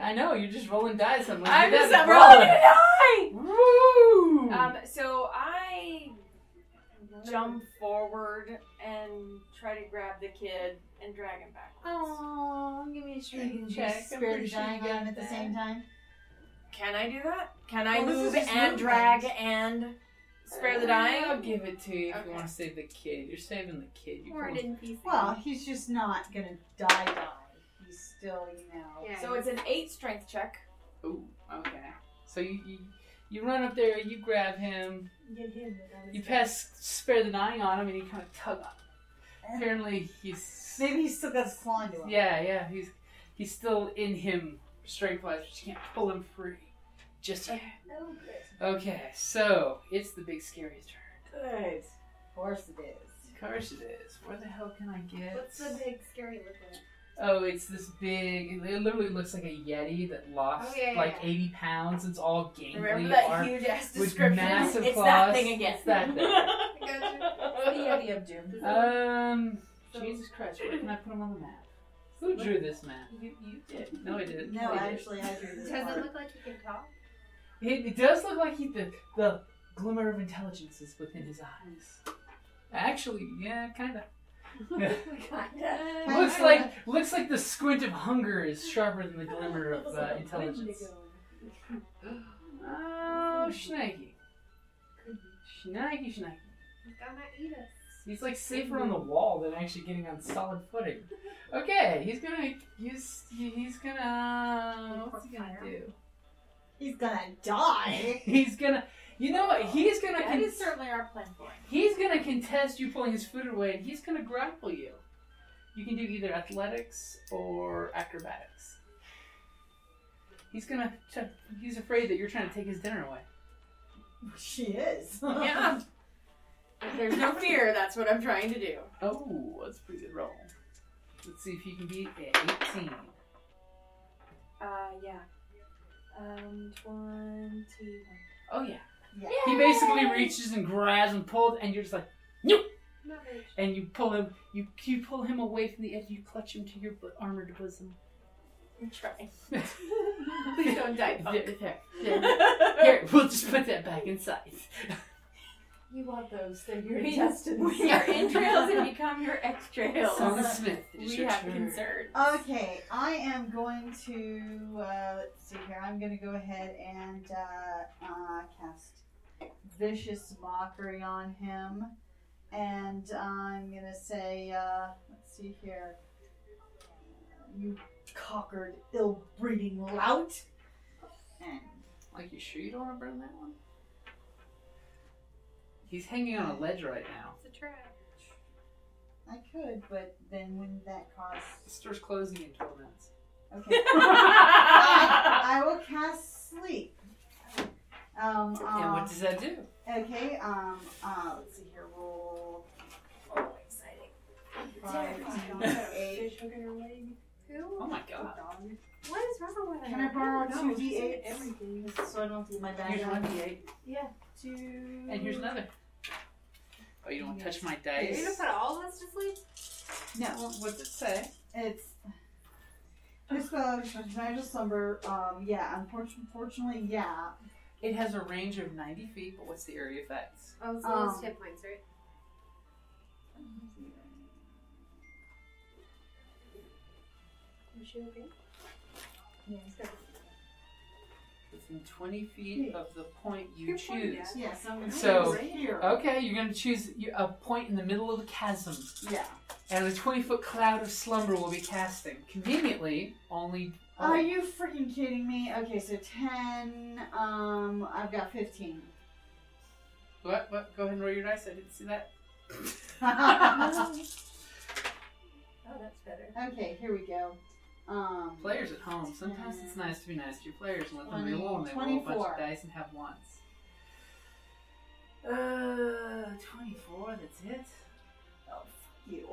Speaker 2: I know. You're just rolling dice. I'm like,
Speaker 6: I'm
Speaker 2: you
Speaker 6: just
Speaker 2: gotta
Speaker 6: rolling a die.
Speaker 2: roll. Woo!
Speaker 6: Um, so I jump forward and try to grab the kid and drag him back.
Speaker 5: Oh, give me a strength check. I'm
Speaker 1: Spirit
Speaker 5: pretty
Speaker 1: of
Speaker 5: sure you
Speaker 1: dying
Speaker 5: got
Speaker 1: on at the
Speaker 5: that.
Speaker 1: same time.
Speaker 6: Can I do that? Can I
Speaker 1: Well, this is
Speaker 6: move
Speaker 1: just
Speaker 6: and
Speaker 1: movement.
Speaker 6: drag and spare the
Speaker 2: I'll
Speaker 6: dying?
Speaker 2: give it to you if
Speaker 6: Okay.
Speaker 2: you want to save the kid. You're saving the kid. You
Speaker 5: Or it
Speaker 2: can-
Speaker 5: in pieces.
Speaker 4: Well, he's just not gonna die. Die. He's still, you know.
Speaker 5: Yeah.
Speaker 6: So it's an eight strength check.
Speaker 2: Ooh, okay. So you, you you run up there, you grab him,
Speaker 5: Get him. but that
Speaker 2: you
Speaker 5: is-
Speaker 2: pass spare the dying on him, and you kind of tug on. Him. Apparently he's
Speaker 1: Maybe he's still got his claw into him.
Speaker 2: yeah yeah he's he's still in him strength wise, but you can't pull him free just yet.
Speaker 5: Oh, good.
Speaker 2: Okay, so it's the big scary turn.
Speaker 4: Good. Of course it is.
Speaker 2: Of course it is. Where the hell can I get?
Speaker 5: What's the big scary look like?
Speaker 2: Oh, it's this big. It literally looks like a yeti that lost
Speaker 5: Oh, yeah, yeah,
Speaker 2: like
Speaker 5: yeah.
Speaker 2: eighty pounds. It's all gangly.
Speaker 6: Remember that
Speaker 2: arm-
Speaker 6: huge ass
Speaker 2: with
Speaker 6: description?
Speaker 2: massive
Speaker 6: it's
Speaker 2: claws.
Speaker 6: that thing again.
Speaker 2: It's that
Speaker 5: I got
Speaker 1: What's the idea of Doom?
Speaker 5: you.
Speaker 2: Um,
Speaker 5: So-
Speaker 2: Jesus Christ, where can I put him on the map? Who drew this map?
Speaker 5: You, you did.
Speaker 2: No, I didn't.
Speaker 4: No,
Speaker 2: I did.
Speaker 4: actually, I drew this
Speaker 5: Does it
Speaker 4: one.
Speaker 5: look like he can talk?
Speaker 2: It, it does look like he, the, the glimmer of intelligence is within his eyes. Actually, yeah, kind of.
Speaker 5: Kinda.
Speaker 2: Looks like looks like the squint of hunger is sharper than the glimmer of uh, intelligence. Oh, Schnaggy. Schnaggy, Schnaggy.
Speaker 5: Gonna eat us.
Speaker 2: He's like safer on the wall than actually getting on solid footing. Okay, he's gonna use. He's gonna. What's he gonna do?
Speaker 4: He's gonna die.
Speaker 2: He's gonna. You know what? He's gonna.
Speaker 5: That
Speaker 2: con-
Speaker 5: is certainly our plan for it.
Speaker 2: he's gonna contest you pulling his foot away, and he's gonna grapple you. You can do either athletics or acrobatics. He's gonna. T- he's afraid that you're trying to take his dinner away.
Speaker 4: she is.
Speaker 6: Yeah. If there's no fear, that's what I'm trying to do.
Speaker 2: Oh, that's a pretty good roll. Let's see if he can beat an 18.
Speaker 6: Uh, yeah. Um, 21.
Speaker 2: Oh yeah.
Speaker 4: Yeah.
Speaker 2: He basically reaches and grabs and pulls, and you're just like,
Speaker 5: Not very sure.
Speaker 2: and you pull him, you you pull him away from the edge, you clutch him to your bo- armored bosom.
Speaker 6: I'm trying.
Speaker 2: there,
Speaker 6: Please don't die, punk.
Speaker 2: there, there. Here, we'll just put that back inside.
Speaker 5: You want those. They're your
Speaker 6: We-
Speaker 5: intestines.
Speaker 6: Your entrails have become your extrails.
Speaker 2: Song Smith, it is
Speaker 6: we
Speaker 2: your
Speaker 6: have
Speaker 2: turn.
Speaker 6: concerns.
Speaker 4: Okay, I am going to uh, let's see here. I'm going to go ahead and uh, uh, cast vicious mockery on him, and I'm going to say, uh, let's see here, you cockered, ill-breeding lout, and
Speaker 2: Like, you sure you don't want to burn that one? He's hanging on a ledge right now.
Speaker 5: It's a trap.
Speaker 4: I could, but then wouldn't that
Speaker 2: The
Speaker 4: cost?
Speaker 2: store's closing in 12 minutes.
Speaker 4: Okay, I will cast sleep. Um,
Speaker 2: and
Speaker 4: um,
Speaker 2: what does that do?
Speaker 4: Okay, um, uh, let's see here, roll.
Speaker 6: Oh, exciting.
Speaker 4: five,
Speaker 6: Terrifying.
Speaker 4: eight.
Speaker 5: Who?
Speaker 2: Oh my god.
Speaker 5: What is wrong with
Speaker 4: Can
Speaker 5: her?
Speaker 4: I borrow
Speaker 5: don't
Speaker 4: two
Speaker 5: know.
Speaker 4: D
Speaker 5: She's in
Speaker 4: eights?
Speaker 5: Everything.
Speaker 4: So I don't do my
Speaker 2: Here's
Speaker 4: dice.
Speaker 2: one d8.
Speaker 5: Yeah. Two.
Speaker 2: And here's another. Oh, you don't want to touch my dice?
Speaker 5: You're gonna put all of us to sleep?
Speaker 4: No,
Speaker 2: What's it say?
Speaker 4: it's. It's the magical slumber. Um, yeah, unfortunately, fortunately, yeah.
Speaker 2: It has a range of 90 feet, but what's the area effect?
Speaker 5: Oh, it's the
Speaker 4: Um,
Speaker 5: lowest hit points, right? Is she okay? Yeah.
Speaker 2: Within 20 feet of the point you
Speaker 5: Your point,
Speaker 2: choose.
Speaker 5: Dad.
Speaker 4: Yeah, so oh. I'm gonna
Speaker 2: So-
Speaker 4: right here.
Speaker 2: Okay, you're going to choose y- a point in the middle of the chasm,
Speaker 4: Yeah.
Speaker 2: and a 20 foot cloud of slumber will be casting. Conveniently, only. oh,
Speaker 4: Are you freaking kidding me? Okay, so ten. Um, I've got fifteen.
Speaker 2: Oh, What, what? Go ahead and roll your dice. I didn't see that.
Speaker 5: Oh, that's better.
Speaker 4: okay, here we go. Um,
Speaker 2: Players at home, sometimes it's nice to be nice to your players and let them
Speaker 4: 20,
Speaker 2: re-roll, and they roll a bunch
Speaker 4: 24.
Speaker 2: of dice and have ones. Uh, 24, that's it?
Speaker 4: you.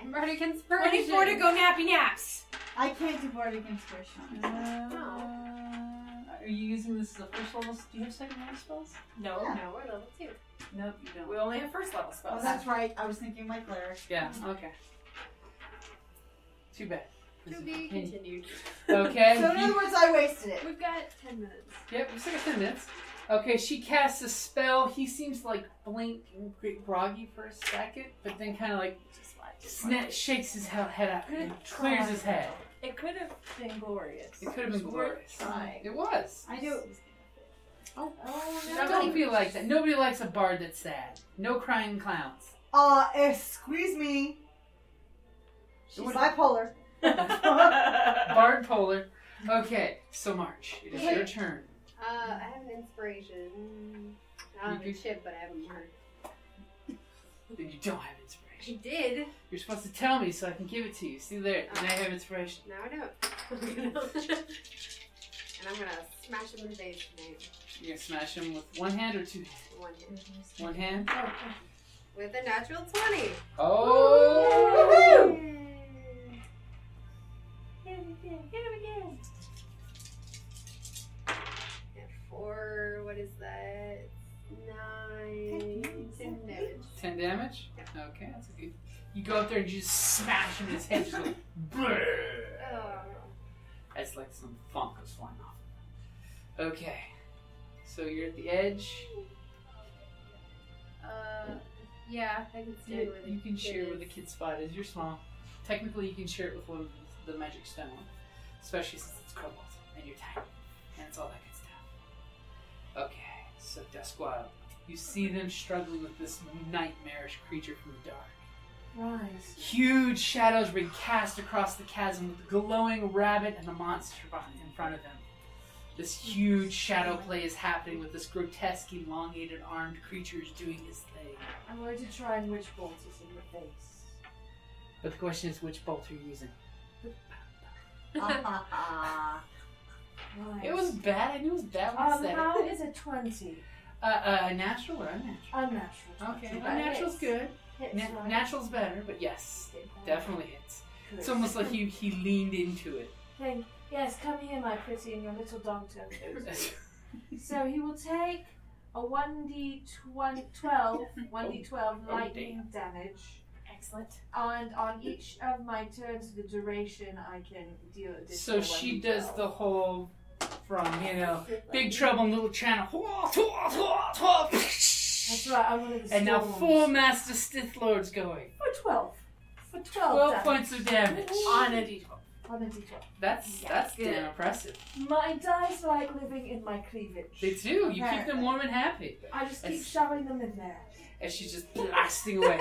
Speaker 5: I'm already conspiring.
Speaker 6: 24 to go nappy naps.
Speaker 4: Oh,
Speaker 2: Uh,
Speaker 4: I can't do bardic inspiration.
Speaker 5: Oh.
Speaker 2: this is the first level. s- Do you have second level spells?
Speaker 6: No,
Speaker 4: Yeah.
Speaker 5: Now we're level two.
Speaker 2: Nope, you don't.
Speaker 6: we only have first level
Speaker 4: Oh,
Speaker 6: spells.
Speaker 4: that's right. I was thinking my cleric.
Speaker 2: Yeah.
Speaker 5: Mm-hmm.
Speaker 2: Okay. Too bad.
Speaker 5: To be continued.
Speaker 2: Okay.
Speaker 4: So in
Speaker 2: you-
Speaker 4: other words, I wasted it.
Speaker 5: We've got ten minutes.
Speaker 2: Yep, we still got 10 minutes. Okay, she casts a spell. He seems to, like blink gr- groggy for a second, but then kind of like
Speaker 5: Just like
Speaker 2: snap, shakes his he- head out and clears his head.
Speaker 5: It could have been glorious.
Speaker 2: It could have been
Speaker 5: It's
Speaker 2: glorious.
Speaker 5: worth trying.
Speaker 2: It was.
Speaker 4: I do.
Speaker 5: Oh
Speaker 2: No, don't be like that. Nobody likes a bard that's sad. No crying clowns.
Speaker 4: Uh, excuse me. She's
Speaker 2: What-
Speaker 4: bipolar.
Speaker 2: Bard polar. Okay, so March, it is your
Speaker 5: Wait.
Speaker 2: turn.
Speaker 5: Uh, I have an inspiration. I don't have
Speaker 2: You
Speaker 5: a
Speaker 2: do-
Speaker 5: chip, but I have a mark.
Speaker 2: Then you don't have inspiration.
Speaker 5: I did.
Speaker 2: You're supposed to tell me so I can give it to you. See there, and I have inspiration.
Speaker 5: Now I don't. and I'm gonna smash him in the face tonight.
Speaker 2: You're gonna smash him with one hand or two hands.
Speaker 5: with One hand.
Speaker 3: Oh,
Speaker 2: One hand.
Speaker 5: With a natural 20.
Speaker 2: Oh!
Speaker 5: Yay. Hit him again. Hit him again. And four, what is that? Nine. Ten damage.
Speaker 2: 10 damage? Okay, that's a good. You go up there and you just smash him in his head. Just like,
Speaker 5: Oh.
Speaker 2: "Brrr." That's like some funk was flying off. Okay, so you're at the edge.
Speaker 5: Uh, yeah, I can see
Speaker 2: Yeah,
Speaker 5: where the
Speaker 2: you can
Speaker 5: kid
Speaker 2: share where
Speaker 5: is.
Speaker 2: the kid spot is. You're small. Technically, you can share it with one of the the magic stone, especially since it's crumbled and you're tiny, and it's all that good stuff. Okay, so Duskwile, you see them struggling with this nightmarish creature from the dark.
Speaker 3: Rise.
Speaker 2: Huge shadows recast across the chasm with the glowing rabbit and the monster behind, in front of them. This huge shadow play is happening with this grotesque, elongated armed creature is doing his thing.
Speaker 3: I'm going to try and witch bolt us in the face.
Speaker 2: But the question is, which bolt are you using?
Speaker 4: Ah,
Speaker 3: Rise.
Speaker 2: It was bad. I knew it was bad when I
Speaker 3: Um,
Speaker 2: said
Speaker 3: how
Speaker 2: it.
Speaker 3: is a 20?
Speaker 2: Uh, uh, natural or unnatural?
Speaker 3: Unnatural. 20.
Speaker 2: Okay,
Speaker 5: That
Speaker 2: unnatural's
Speaker 5: hits.
Speaker 2: good.
Speaker 3: Hits,
Speaker 2: Na-
Speaker 3: right?
Speaker 2: natural's better, but yes, definitely hits.
Speaker 3: Good.
Speaker 2: It's almost like he, he leaned into
Speaker 3: Thank- Yes, come here, my pretty, and your little doctor.
Speaker 2: it.
Speaker 3: so he will take a 1d12 1d12
Speaker 2: Oh,
Speaker 3: lightning damage.
Speaker 5: Excellent.
Speaker 3: And on each of my turns, the duration I can deal
Speaker 2: so
Speaker 3: additional
Speaker 2: she
Speaker 3: 1d12.
Speaker 2: does the whole from, you know, Big Trouble in Little China. That's
Speaker 3: That's right, I'm one of the
Speaker 2: And now
Speaker 3: storms.
Speaker 2: full Master Stith Lord's going.
Speaker 3: For 12. For 12.
Speaker 2: 12
Speaker 3: damage.
Speaker 2: points of damage.
Speaker 5: On a d12.
Speaker 3: On a d12.
Speaker 2: That's
Speaker 5: Yeah,
Speaker 2: that's
Speaker 5: good.
Speaker 2: damn impressive.
Speaker 3: My dice like living in my
Speaker 2: They
Speaker 3: cleavage.
Speaker 2: do. You keep them warm and happy.
Speaker 3: I just keep
Speaker 2: It's-
Speaker 3: shoving them in there.
Speaker 2: and she's just blasting away.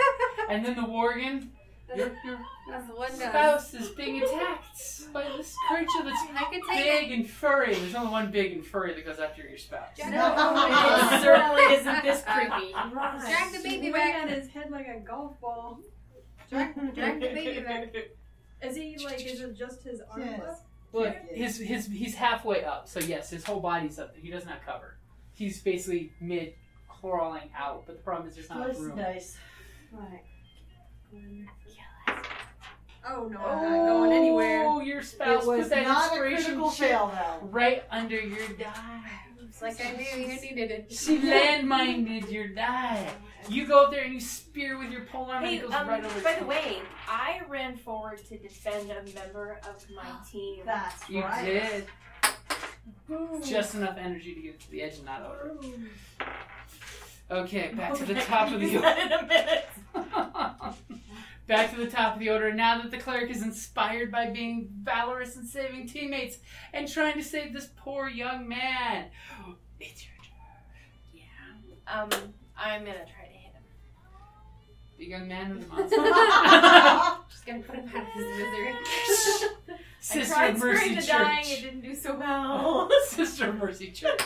Speaker 2: and then the worgen, your, your
Speaker 5: That's one done.
Speaker 2: spouse is being attacked by this creature that's
Speaker 5: I can take
Speaker 2: big and furry. There's only one big and furry that goes after your spouse.
Speaker 5: Jack-
Speaker 6: it certainly isn't this creepy.
Speaker 3: Right.
Speaker 5: it. Drag the baby back.
Speaker 7: at his head like a golf ball.
Speaker 5: Drag, drag the baby back.
Speaker 7: Is he like? Is it just his arm
Speaker 4: Yes.
Speaker 7: left?
Speaker 2: Look, his, his, he's halfway up, so yes, his whole body's up there. He doesn't have cover. He's basically mid crawling out, but the problem is there's not enough
Speaker 4: Close
Speaker 2: room.
Speaker 4: dice.
Speaker 3: Right.
Speaker 7: Oh no, I'm not going anywhere.
Speaker 2: Oh, your spouse
Speaker 4: it was
Speaker 2: put that
Speaker 4: not a
Speaker 2: inspiration
Speaker 4: critical
Speaker 2: chip
Speaker 4: fail, though.
Speaker 2: right under your die.
Speaker 5: It's like I knew you needed it.
Speaker 2: She landmined your die. You go up there and you spear with your polearm and
Speaker 6: Hey,
Speaker 2: it goes
Speaker 6: um,
Speaker 2: right over.
Speaker 6: by
Speaker 2: his
Speaker 6: the
Speaker 2: head.
Speaker 6: way, I ran forward to defend a member of my team.
Speaker 4: That's
Speaker 2: you
Speaker 4: right.
Speaker 2: did just enough energy to get to the edge and not over. Okay, back to the top of the order.
Speaker 6: in a minute.
Speaker 2: back to the top of the order. Now that the cleric is inspired by being valorous and saving teammates and trying to save this poor young man, it's your turn.
Speaker 6: Um, I'm gonna try to hit him.
Speaker 2: The young man with the monster.
Speaker 4: That's
Speaker 6: Just gonna put him out of his misery.
Speaker 2: Sister
Speaker 6: I tried
Speaker 2: of Mercy
Speaker 6: spraying the
Speaker 2: Church.
Speaker 6: dying, it didn't do so well.
Speaker 2: Sister of Mercy Church.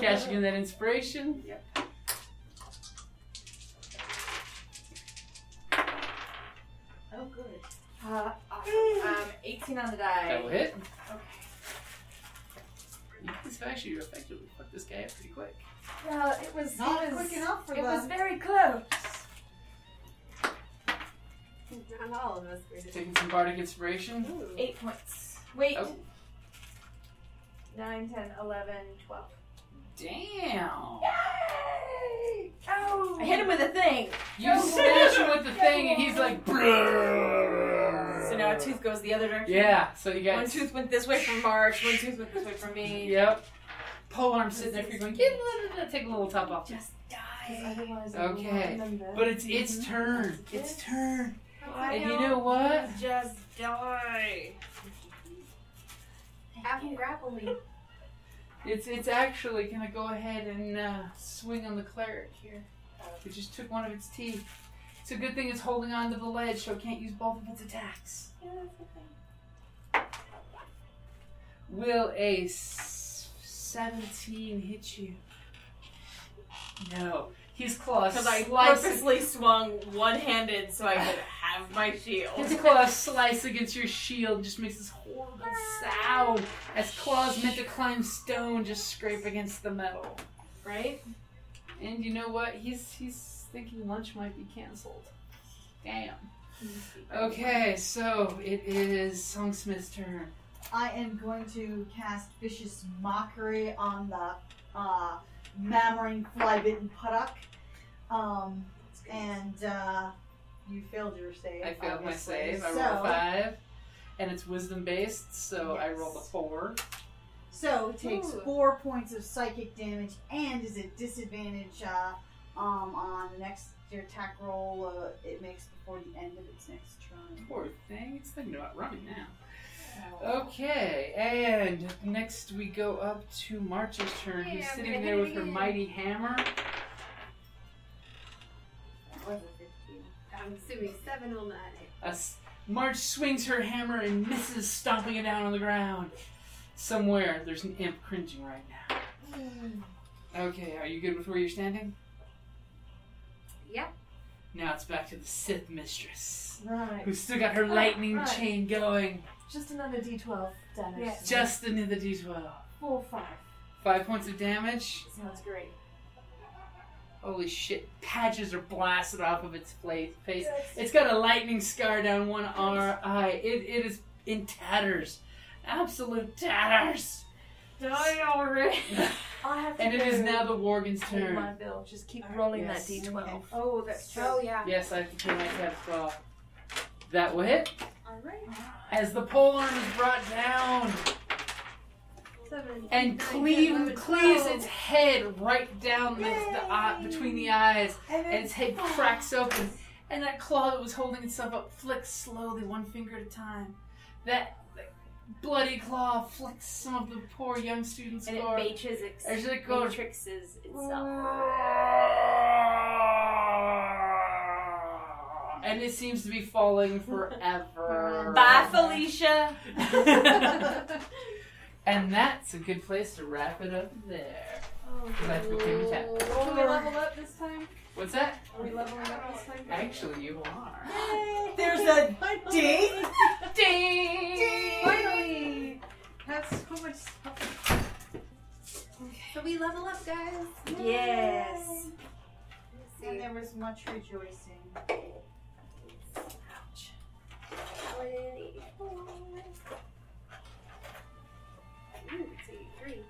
Speaker 2: Cashing in that inspiration. Yep.
Speaker 3: Uh,
Speaker 6: Awesome. Um, 18 on the
Speaker 2: That
Speaker 6: die.
Speaker 2: will hit.
Speaker 6: Okay.
Speaker 2: You can actually effectively fuck this guy up pretty quick.
Speaker 3: well, it was,
Speaker 4: Not
Speaker 3: it was
Speaker 4: quick enough for
Speaker 3: It was
Speaker 4: them.
Speaker 3: very close.
Speaker 5: Not all of us were just.
Speaker 2: Taking some bardic inspiration.
Speaker 5: Ooh.
Speaker 6: 8 points. Wait.
Speaker 2: Oh.
Speaker 5: 9, 10, 11, 12.
Speaker 2: Damn.
Speaker 5: Yay! Oh!
Speaker 6: I hit him with a thing.
Speaker 2: You smash him with the thing, and he's like. "Brrr."
Speaker 6: So now a tooth goes the other direction.
Speaker 2: Yeah. So you
Speaker 6: One
Speaker 2: guys.
Speaker 6: tooth went this way from March. One tooth went this way from me.
Speaker 2: Yep. Pole arm sitting there, going, get let- let- let- take a little top off.
Speaker 6: Just
Speaker 3: Because
Speaker 6: die.
Speaker 3: otherwise I
Speaker 2: Okay,
Speaker 3: won't remember.
Speaker 2: But it's its turn. Its turn.
Speaker 5: I
Speaker 2: And you know what?
Speaker 6: Just die.
Speaker 5: Apple grapple me.
Speaker 2: It's it's actually gonna go ahead and uh, swing on the cleric here. It just took one of its teeth. It's a good thing it's holding on to the ledge, so it can't use both of its attacks. Will a s- seventeen hit you? No. His claw
Speaker 6: Because I
Speaker 2: slices.
Speaker 6: purposely swung one-handed so I could have my shield.
Speaker 2: His claws slice against your shield, just makes this horrible sound as claws meant to climb stone just scrape against the metal.
Speaker 6: Right?
Speaker 2: And you know what? He's he's thinking lunch might be canceled. Damn. Okay, so it is Songsmith's turn.
Speaker 4: I am going to cast vicious mockery on the uh, mammering flybitten puttock. Um, and uh, you failed your save.
Speaker 2: I failed my
Speaker 4: obviously.
Speaker 2: save. I rolled
Speaker 4: so,
Speaker 2: a five, and it's wisdom based, so I
Speaker 4: Yes.
Speaker 2: rolled a four.
Speaker 4: So takes
Speaker 5: Ooh.
Speaker 4: four points of psychic damage and is at disadvantage uh, um, on the next attack roll uh, it makes before the end of its next turn.
Speaker 2: Poor thing, it's thinking about running now.
Speaker 4: So-
Speaker 2: Okay, and next we go up to March's turn,
Speaker 5: Yeah,
Speaker 2: who's
Speaker 5: I'm
Speaker 2: sitting
Speaker 5: gonna
Speaker 2: there
Speaker 5: hit it
Speaker 2: with her
Speaker 5: again.
Speaker 2: mighty hammer.
Speaker 5: That was a 15. I'm assuming 7 will not hit.
Speaker 2: A s- March swings her hammer and misses, stomping it down on the ground. Somewhere, there's an imp cringing right now. Okay, are you good with where you're standing?
Speaker 5: Yep.
Speaker 2: Now it's back to the Sith Mistress,
Speaker 3: Right.
Speaker 2: who's still got her lightning
Speaker 3: right.
Speaker 2: chain going.
Speaker 3: Just another d12 damage.
Speaker 5: Yeah.
Speaker 2: Just another d12.
Speaker 3: Four, five.
Speaker 2: Five points of damage.
Speaker 5: Sounds great.
Speaker 2: Holy shit, patches are blasted off of its fla- face. It's got a lightning scar down one ar- eye. It, it is in tatters. Absolute tatters.
Speaker 5: Die already.
Speaker 3: I have to
Speaker 2: And it is
Speaker 3: go
Speaker 2: now the Worgen's
Speaker 3: take my
Speaker 2: turn.
Speaker 3: bill. Just keep
Speaker 4: All right,
Speaker 3: rolling
Speaker 4: yes,
Speaker 3: that d12.
Speaker 4: okay.
Speaker 5: Oh, that's true.
Speaker 6: Oh, yeah.
Speaker 2: Yes, I have to pay my tab claw. That will hit.
Speaker 5: Alright.
Speaker 2: As the polearm is brought down
Speaker 5: 7.
Speaker 2: and cleave, cleaves its head right down the, the eye, between the eyes, and its head cracks open, and that claw that was holding itself up flicks slowly, one finger at a time. That bloody claw flicks some of the poor young student's
Speaker 6: And it
Speaker 2: scar.
Speaker 6: matrices
Speaker 2: As it goes-
Speaker 6: matrixes itself.
Speaker 2: And it seems to be falling forever.
Speaker 6: Bye, Felicia.
Speaker 2: and that's a good place to wrap it up there.
Speaker 5: Oh,
Speaker 2: That's what we tap.
Speaker 5: Can we level up this time?
Speaker 2: What's that?
Speaker 5: Are we leveling up this time?
Speaker 2: Actually, you are.
Speaker 4: There's a ding!
Speaker 7: Finally! That's so much stuff.
Speaker 5: So we level up, guys.
Speaker 6: Yes.
Speaker 4: And there was much rejoicing.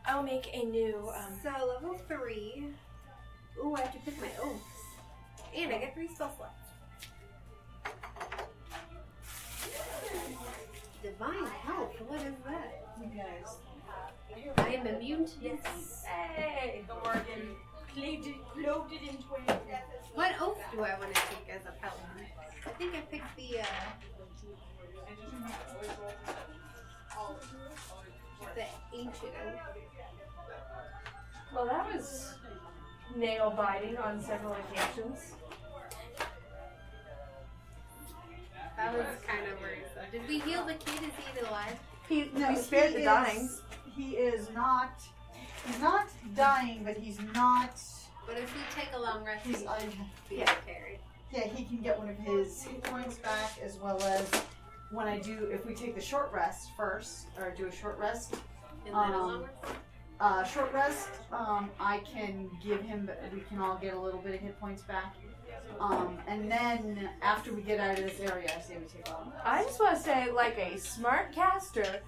Speaker 5: I'll make a new.
Speaker 7: um,
Speaker 5: So level three. Ooh, I have to pick my oaths, and I get three spell slots. Divine help. What is that?
Speaker 4: You guys.
Speaker 5: I am immune to yes.
Speaker 6: Hey, the Morgan. Cleaved it- clothed it into a
Speaker 5: What oath do I want to take as a paladin? I think I picked the uh, the ancient oath.
Speaker 3: Well, that was nail biting on several occasions.
Speaker 5: That was kind of worrisome. Did we heal the kid? Is he alive?
Speaker 3: He,
Speaker 4: No,
Speaker 3: we spared
Speaker 4: he
Speaker 3: the
Speaker 4: is-
Speaker 3: dying.
Speaker 4: He is not. He's not dying, but he's not.
Speaker 5: But if we take a long rest, he
Speaker 4: He's
Speaker 5: should
Speaker 4: un-
Speaker 5: be
Speaker 4: yeah.
Speaker 5: carried.
Speaker 4: yeah. He can get one of his hit points back, as well as when I do. If we take the short rest first, or do a short rest,
Speaker 5: And then a
Speaker 4: Um,
Speaker 5: long rest.
Speaker 4: uh, short rest, um, I can give him. We can all get a little bit of hit points back. Um, and then after we get out of this area, I say we take a long rest.
Speaker 3: I just want to say, like a smart caster,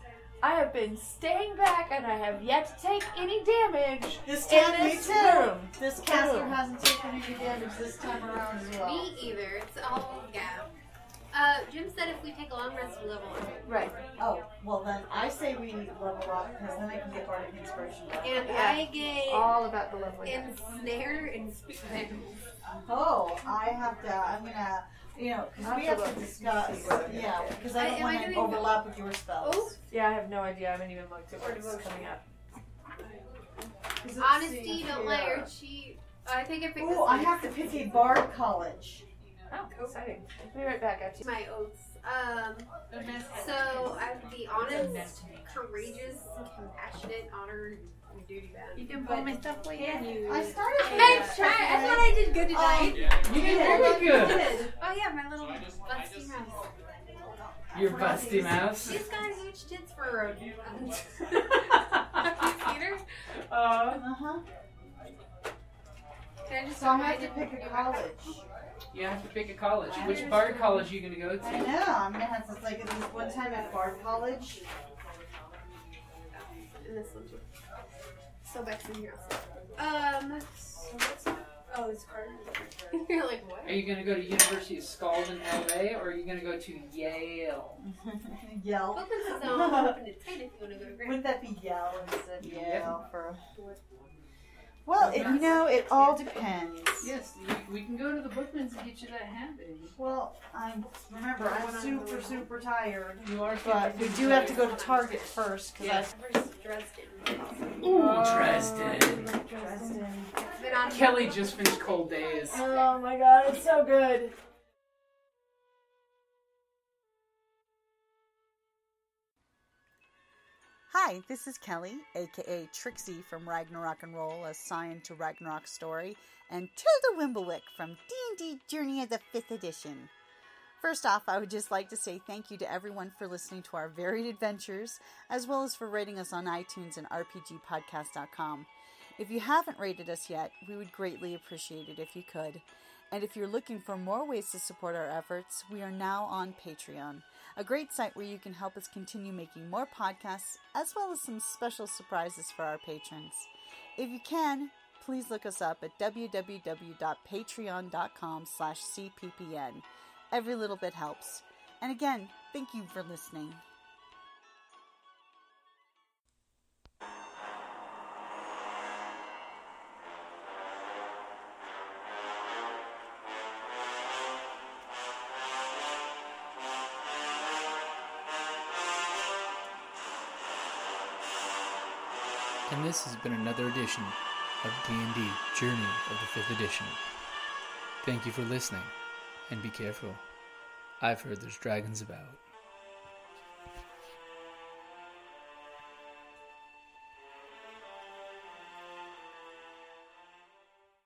Speaker 3: I have been staying back and I have yet to take any damage.
Speaker 4: This
Speaker 3: In
Speaker 4: time, me
Speaker 3: this
Speaker 4: too.
Speaker 3: room.
Speaker 4: This caster hasn't taken any damage this time around as well.
Speaker 5: Me either. It's all yeah. Uh, Jim said if we take a long rest, we level up.
Speaker 3: Right.
Speaker 4: Oh, well then I say we level up because then I can get Bardic Inspiration. back.
Speaker 5: And
Speaker 3: Yeah.
Speaker 5: I get
Speaker 3: All about the lovely.
Speaker 5: ensnare and spin.
Speaker 4: Oh, I have to. I'm gonna. You know, because we
Speaker 3: I'll have to
Speaker 4: have to
Speaker 3: look and see
Speaker 4: discuss.
Speaker 3: what I can
Speaker 4: Yeah,
Speaker 3: do.
Speaker 4: because I
Speaker 5: I-
Speaker 4: don't
Speaker 5: am I
Speaker 4: want to
Speaker 5: doing- Oh,
Speaker 4: overlap with your spells.
Speaker 3: Yeah, I have no idea. I haven't even looked at what's coming up.
Speaker 4: 'Cause let's see
Speaker 5: Honesty, don't let
Speaker 4: here.
Speaker 5: her cheat. I think I picked this
Speaker 4: Ooh, I
Speaker 5: one.
Speaker 4: have to pick a bard college.
Speaker 3: Oh, exciting. I'll be right back at you.
Speaker 5: my oaths. Um, so I would be honest, courageous, compassionate, honored, and duty bound.
Speaker 2: You can buy my stuff
Speaker 5: Can you?
Speaker 4: I started. with
Speaker 5: I
Speaker 4: that,
Speaker 5: tried. I
Speaker 4: but-
Speaker 5: thought I did good tonight.
Speaker 2: You did very good.
Speaker 5: oh yeah, my little busty mouse.
Speaker 2: Your busty mouse.
Speaker 5: She's got huge tits for a rodent. Have you seen her?
Speaker 2: uh,
Speaker 4: Uh-huh.
Speaker 5: Can I just
Speaker 4: So I have to pick a college.
Speaker 2: you have to pick a college. Which bard college are you gonna go
Speaker 4: I
Speaker 2: to?
Speaker 4: know. I'm gonna have to like at this one time at Bard College.
Speaker 5: And this one too. So back in here. Um. So what's oh, it's hard. You're like what?
Speaker 2: Are you gonna go to University of Scald in LA or are you gonna go to Yale?
Speaker 4: Yell.
Speaker 5: Welcome to zone um, open to ten if you want to go to Grand.
Speaker 4: Wouldn't that be yell instead of
Speaker 2: Yeah.
Speaker 4: yell for? Well, it, you know, it all depends.
Speaker 2: Yes, you- we can go to the Bookmans and get you that hat, baby.
Speaker 4: Well, I'm remember I'm super super tired,
Speaker 2: You are
Speaker 4: but we do have to go to Target first because
Speaker 2: Yes.
Speaker 5: Where's Dresden?
Speaker 2: Ooh, Dresden.
Speaker 5: It's been on
Speaker 2: Kelly just finished Cold Days.
Speaker 3: Oh my god, it's so good.
Speaker 1: Hi, this is Kelly, aka Trixie from Ragnarok and Roll, a Scion to Ragnarok story, and Tilda Wimblewick from D&D Journey of the 5th Edition. First off, I would just like to say thank you to everyone for listening to our varied adventures, as well as for rating us on iTunes and RPGpodcast.com. If you haven't rated us yet, we would greatly appreciate it if you could. And if you're looking for more ways to support our efforts, we are now on Patreon, a great site where you can help us continue making more podcasts as well as some special surprises for our patrons. If you can, please look us up at www.patreon.com/cppn. Every little bit helps. And again, thank you for listening.
Speaker 8: And this has been another edition of D&D Journey of the 5th Edition. Thank you for listening, and be careful. I've heard there's dragons about.